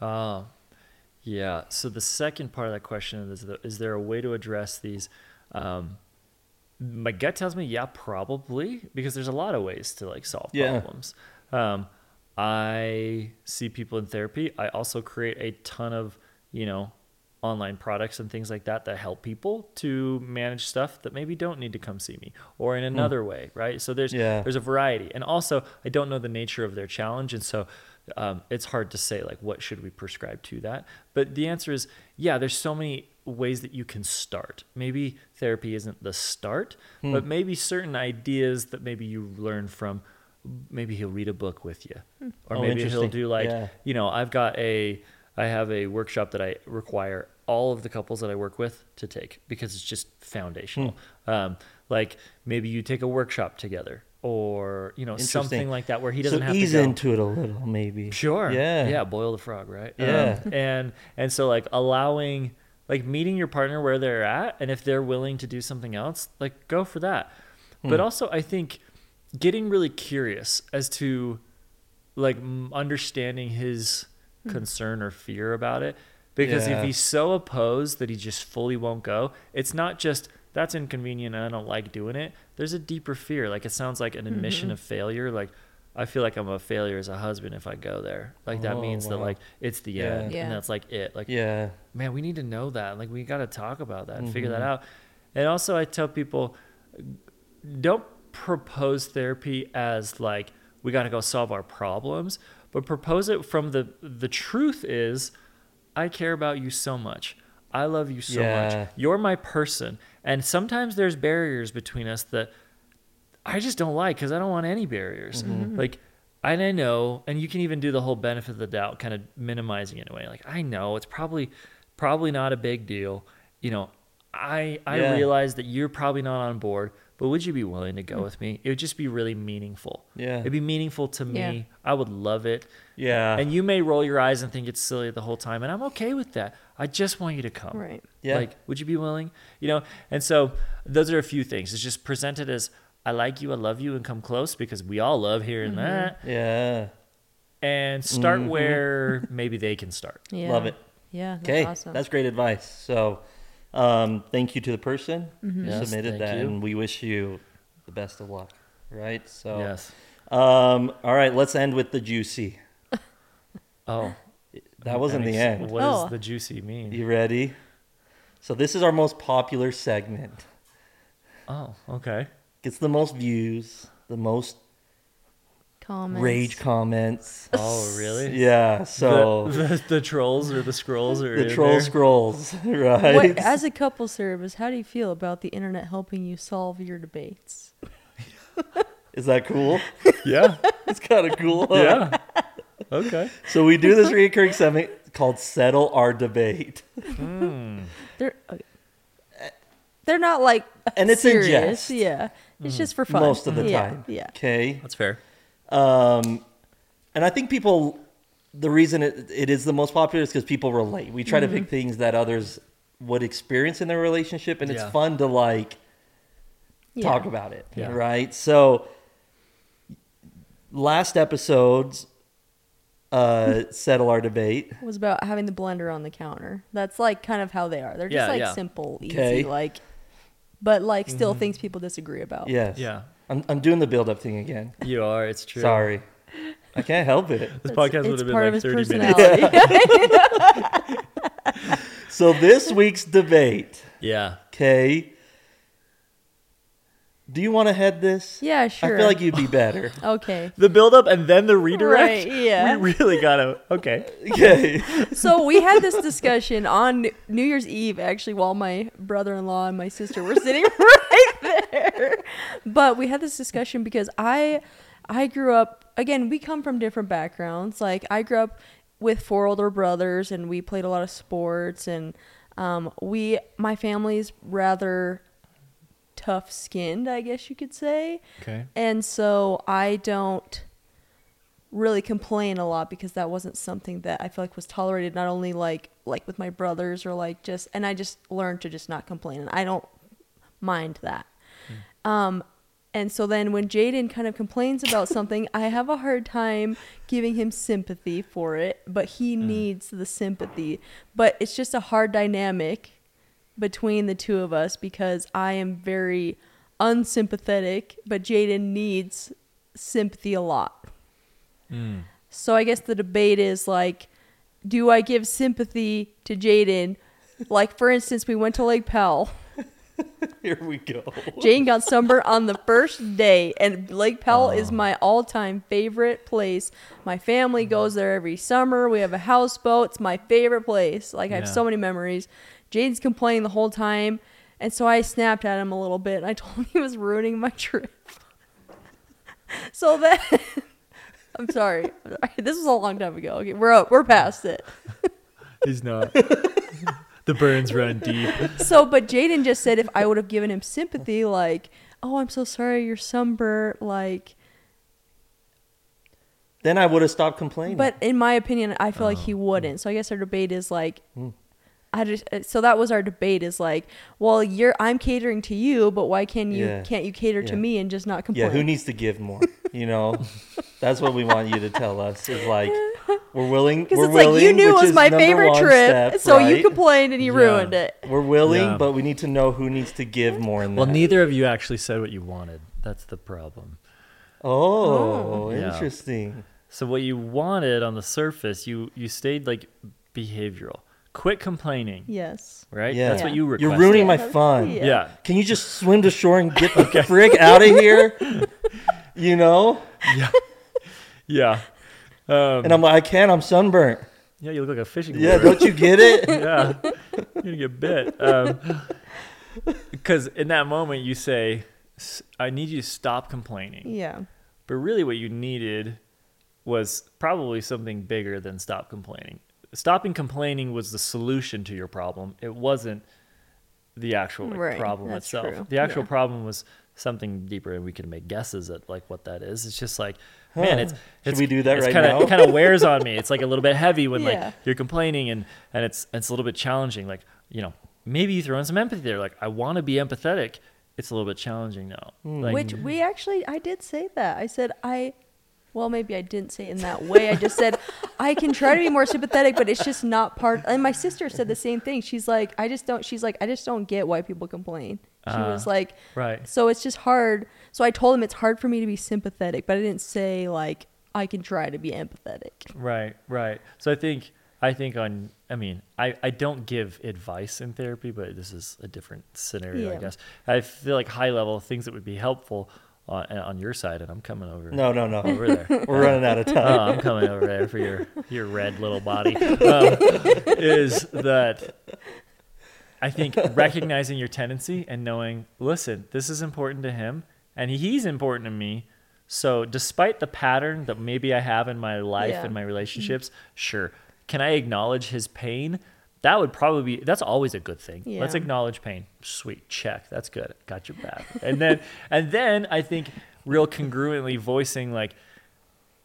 Oh, yeah. So the second part of that question is: the, is there a way to address these? Um, my gut tells me, yeah, probably, because there's a lot of ways to like solve
Yeah.
problems. Um, I see people in therapy. I also create a ton of, you know, online products and things like that that help people to manage stuff that maybe don't need to come see me or in another way, right? So there's
Hmm. Yeah.
there's a variety, and also I don't know the nature of their challenge, and so um, it's hard to say like what should we prescribe to that. But the answer is yeah, there's so many ways that you can start. Maybe therapy isn't the start,
Hmm.
but maybe certain ideas that maybe you learn from. Maybe he'll read a book with you, or
Oh,
maybe he'll
interesting.
do like
Yeah.
you know i've got a i have a workshop that i require all of the couples that i work with to take because it's just foundational
Hmm.
um, like maybe you take a workshop together or you know
Interesting.
something like that where he doesn't
so
have
ease
to go.
into it a little, maybe.
Sure.
Yeah.
Yeah. Boil the frog, right? Um,
Yeah.
and and so like allowing like meeting your partner where they're at, and if they're willing to do something else, like go for that.
Hmm.
But also, I think getting really curious as to like m- understanding his concern or fear about it, because
Yeah.
if he's so opposed that he just fully won't go, it's not just that's inconvenient and I don't like doing it. There's a deeper fear. Like it sounds like an
Mm-hmm.
admission of failure. Like I feel like I'm a failure as a husband if I go there. Like that
Oh,
means that
wow.
like it's the
Yeah.
end
Yeah.
and that's like it. Like
Yeah.
man, we need to know that. Like we got to talk about that and figure that out. And also I tell people don't propose therapy as like we got to go solve our problems, but propose it from the the truth is I care about you so much. I love you so
Yeah.
much. You're my person. And sometimes there's barriers between us that I just don't like because I don't want any barriers.
Mm-hmm.
Mm-hmm.
Like, and I know, and you can even do the whole benefit of the doubt, kind of minimizing it away. Like, I know it's probably probably not a big deal. You know, I I
Yeah.
realize that you're probably not on board, but would you be willing to
Mm.
go with me? It would just be really meaningful.
Yeah. Ah.
It'd be meaningful to me.
Yeah.
I would love it.
Yeah.
And you may roll your eyes and think it's silly the whole time, and I'm okay with that. I just want you to come.
Right.
Yeah.
Like, would you be willing? You know, and so those are a few things. It's just presented as I like you, I love you, and come close because we all love hearing
Mm-hmm.
that.
yeah.
And start
Mm-hmm.
where maybe they can start.
Yeah.
Love it.
Yeah. That's
Okay,
awesome.
that's great advice. So, um, thank you to the person who
Mm-hmm.
Yes,
submitted
thank
that,
you.
and we wish you the best of luck. Right? So,
Yes.
um, all right, let's end with the juicy.
Oh,
That wasn't
I'm
the
ex-
end.
What does
Oh.
the juicy mean?
You ready? So, this is our most popular segment.
Oh, okay.
Gets the most views, the most
Comments.
rage comments.
Oh, really?
Yeah, so
the, the, the trolls or the scrolls or
the troll scrolls, right?
What, as a couple therapist, how do you feel about the internet helping you solve your debates?
Is that cool?
Yeah,
It's kind of cool. huh?
yeah. Okay.
So we do this recurring segment called "Settle Our Debate,"
They're okay. they're not like
And it's in
serious.
jest.
Yeah, it's just for fun
most of the
Yeah,
time.
Yeah,
Okay.
That's fair.
Um, and I think people, the reason it, it is the most popular is because people relate. We try
Mm-hmm.
to pick things that others would experience in their relationship, and
Yeah.
it's fun to like
yeah.
talk about it,
Yeah.
right? So, last episode's uh, settle our debate.
was about having the blender on the counter. That's like kind of how they are. They're just
Yeah,
like
yeah.
simple, easy,
Okay. Mm-hmm.
like, but like still things people disagree about.
Yes.
Yeah,
I'm, I'm doing the build up thing again.
you are. It's true.
Sorry. I can't help it.
This
That's-
podcast would
it's
have been
part of
like
his
thirty minutes.
personality.
So, this week's debate,
Yeah.
okay. Do you want to head this?
yeah, sure.
I feel like you'd be better.
okay.
The build up and then the redirect.
Right, yeah.
We really gotta. Okay.
okay.
So we had this discussion on New- New Year's Eve, actually, while my brother-in-law and my sister were sitting right there. But we had this discussion because I, I grew up again. We come from different backgrounds. Like I grew up with four older brothers, and we played a lot of sports. And um, we, my family's rather tough-skinned, I guess you could say.
Okay.
And so I don't really complain a lot because that wasn't something that I feel like was tolerated not only like like with my brothers or like just and I just learned to just not complain and I don't mind that. Um and so then when Jaden kind of complains about something, I have a hard time giving him sympathy for it, but he needs the sympathy. But it's just a hard dynamic between the two of us because I am very unsympathetic, but Jaden needs sympathy a lot. So I guess the debate is like, do I give sympathy to Jaden? Like for instance, we went to Lake Powell.
Here we go.
Jane got sunburned on the first day, and Lake Powell is my all-time favorite place. My family goes there every summer. We have a houseboat. It's my favorite place. Like I have
Yeah.
so many memories. Jane's complaining the whole time, and so I snapped at him a little bit. And I told him he was ruining my trip. so then, I'm sorry. I'm sorry. This was a long time ago. Okay, we're up. We're past it.
He's not. the burns run deep.
so, but Jaden just said if I would have given him sympathy, like, oh, I'm so sorry, you're sunburnt, like.
Then I would have stopped complaining.
But in my opinion, I feel like he
Oh, hmm.
wouldn't. So I guess our debate is like, I just uh, so that was our debate is like, well, you're I'm catering to you, but why can you
Yeah.
can't you cater
Yeah.
to me and just not complain?
yeah, who needs to give more? You know, that's what we want you to tell us. Is like we're willing.
Because
We're
it's
willing,
like you knew it
which
was
is
my
number
favorite
one
trip,
step,
so you
right?
complained and you
Yeah.
ruined it.
We're willing,
Yeah.
but we need to know who needs to give more. In
Well,
that.
neither of you actually said what you wanted. That's the problem.
Oh,
Yeah.
interesting.
So what you wanted on the surface, you you stayed like behavioral. Quit complaining,
Yes.
right?
Yeah.
That's what you requested.
You're ruining my
Yeah.
fun.
Yeah.
Yeah.
Can you just swim to shore and get the frick out of here? You know?
Yeah. Um,
And I'm like, I can't. I'm sunburnt.
yeah, you look like a fishing.
Yeah,
lure.
don't you get it?
yeah. You're gonna get bit. Because in that moment, you say, "S- "I need you to stop complaining."
Yeah.
But really, what you needed was probably something bigger than stop complaining. Stopping complaining was the solution to your problem. It wasn't the actual like,
Right,
problem
that's
itself.
true.
The actual
Yeah.
problem was something deeper, and we can make guesses at like what that is. It's just like, man, it's,
Should
it's
we do that
it's
right
kinda,
now?
It kind of wears on me. It's like a little bit heavy when
Yeah.
like you're complaining, and and it's it's a little bit challenging. Like you know, maybe you throw in some empathy there. Like I want to be empathetic. It's a little bit challenging now.
Hmm.
Like,
Which we actually, I did say that. I said, I, well, maybe I didn't say it in that way. I just said, I can try to be more sympathetic, but it's just not part. And my sister said the same thing. She's like, I just don't, she's like, I just don't get why people complain. She
Ah,
was like,
right.
So it's just hard. So I told him it's hard for me to be sympathetic, but I didn't say, like, I can try to be empathetic.
Right, right. So I think I think on I mean, I, I don't give advice in therapy, but this is a different scenario, I
Yeah.
guess. I feel like high level things that would be helpful on, on your side, and I'm coming over.
No, no, no.
over there.
We're running out of
Oh,
time.
I'm coming over there for your your red little body. Um, is that I think recognizing your tendency and knowing, listen, this is important to him, and he's important to me. So, despite the pattern that maybe I have in my life
Yeah. Mm-hmm.
and my relationships, sure, can I acknowledge his pain? That would probably be that's always a good thing. Let's
Yeah.
acknowledge pain. Sweet, check. That's good. Got your back. And then and then I think real congruently voicing like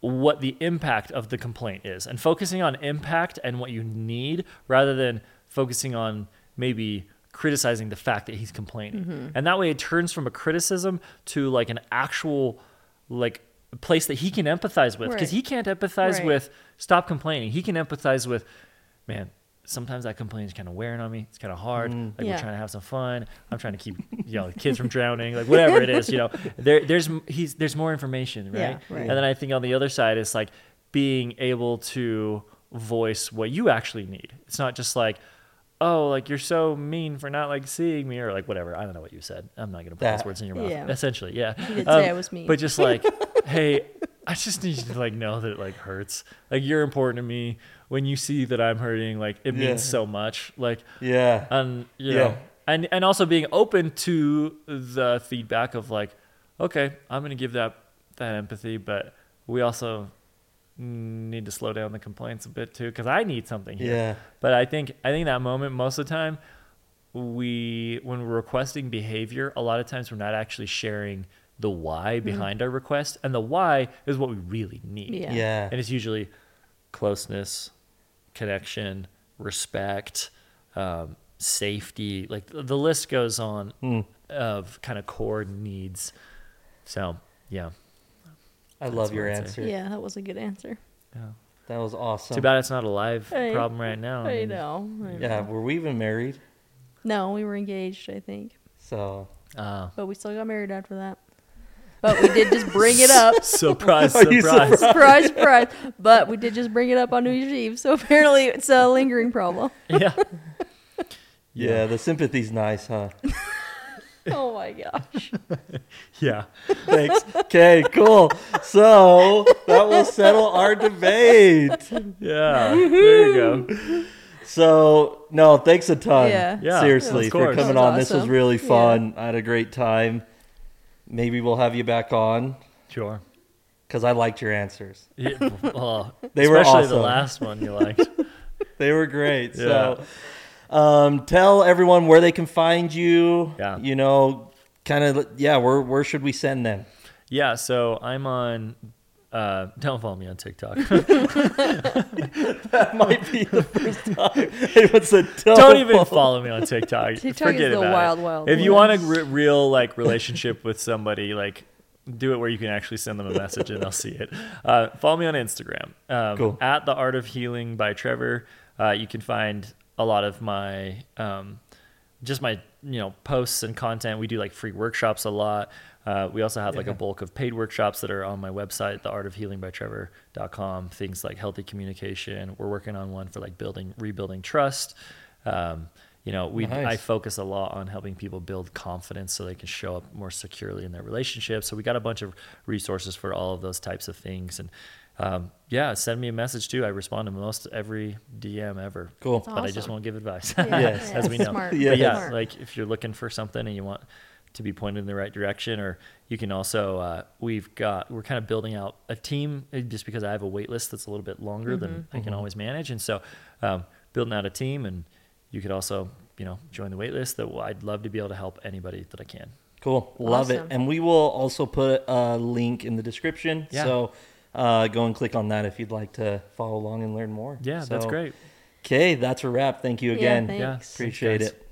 what the impact of the complaint is and focusing on impact and what you need rather than focusing on maybe criticizing the fact that he's complaining.
Mm-hmm.
And that way it turns from a criticism to like an actual like place that he can empathize with because
Right.
he can't empathize
Right.
with stop complaining. He can empathize with man Sometimes that complaint is kind of wearing on me. It's kind of hard. Like
Mm. Yeah.
we're trying to have some fun. I'm trying to keep, you know, kids from drowning. Like whatever it is, you know, there, there's he's there's more information, right?
Yeah, right.
And then I think on the other side, it's like being able to voice what you actually need. It's not just like, oh, like you're so mean for not like seeing me or like whatever. I don't know what you said. I'm not gonna put those
That.
words in your mouth.
Yeah.
Essentially, yeah. You
did say I was mean.
But just like, hey, I just need you to like know that it like hurts. Like you're important to me. When you see that I'm hurting, like it
Yeah.
means so much. Like
Yeah.
and you
Yeah.
know, and and also being open to the feedback of like, okay, I'm gonna give that that empathy, but we also need to slow down the complaints a bit too, because I need something here.
Yeah.
But I think I think that moment most of the time, we when we're requesting behavior, a lot of times we're not actually sharing the why
Mm-hmm.
behind our request, and the why is what we really need.
Yeah.
Yeah.
And it's usually closeness, connection, respect, um, safety. Like th- the list goes on
Mm.
of kind of core needs. So, yeah.
I love
what
your
I'd say.
answer.
Yeah, that was a good answer.
That was awesome.
Too bad it's not a live
I-
problem right now.
I
mean,
know. I
Yeah,
know.
were we even married?
No, we were engaged, I think,
So
uh,
but we still got married after that. But we did just bring it up.
surprise,
Are you
surprise.
surprise, surprise. But we did just bring it up on New Year's Eve, so apparently it's a lingering problem.
yeah.
yeah, the sympathy's nice, huh?
Oh my gosh.
Yeah.
Thanks. Okay, cool. So that will settle our debate.
Yeah. There you go.
So no, thanks a ton.
Yeah.
Yeah,
Seriously,
of
for
course.
coming
That was
on. This was
awesome.
really
Yeah.
fun. I had a great time. Maybe we'll have you back on
Sure.
because I liked your answers.
Yeah, well,
They were
especially the
awesome.
last one you liked.
They were great. So um, tell everyone where they can find you.
Yeah.
You know, kind of yeah. Where where should we send them?
Yeah, so I'm on. Uh, don't follow me on TikTok.
That might be the first time anyone said don't,
don't even follow me on TikTok.
TikTok is
Forget
the
about it.
wild, wild
If you want
west.
a re- real like relationship with somebody, like do it where you can actually send them a message and they'll see it. Uh, follow me on Instagram um,
Cool.
at the Art of Healing by Trevor. Uh, you can find a lot of my um, just my you know posts and content. We do like free workshops a lot. Uh, we also have like a bulk of paid workshops that are on my website, theartofhealingbytrevor.com. Things like healthy communication. We're working on one for like building, rebuilding trust. Um, you know, we I
Nice.
focus a lot on helping people build confidence so they can show up more securely in their relationships. So we got a bunch of resources for all of those types of things. And um, yeah, send me a message too. I respond to most every DM ever.
Cool.
But I just
awesome.
won't give advice.
Yeah,
Yes.
as we know.
Smart.
But
Yes.
yeah,
Smart.
like if you're looking for something and you want to be pointed in the right direction, or you can also uh, we've got we're kind of building out a team uh, just because I have a wait list that's a little bit longer
Mm-hmm.
than I can always manage, and so um, building out a team, and you could also you know join the wait list. That well, I'd love to be able to help anybody that I can.
Cool. Love it.
Awesome.
And we will also put a link in the description.
Yeah.
So uh, go and click on that if you'd like to follow along and learn more.
Yeah, that's
So,
great.
Okay, that's a wrap. Thank you
Yeah,
again.
thank-
Yeah,
Thanks.
Appreciate
thanks,
it.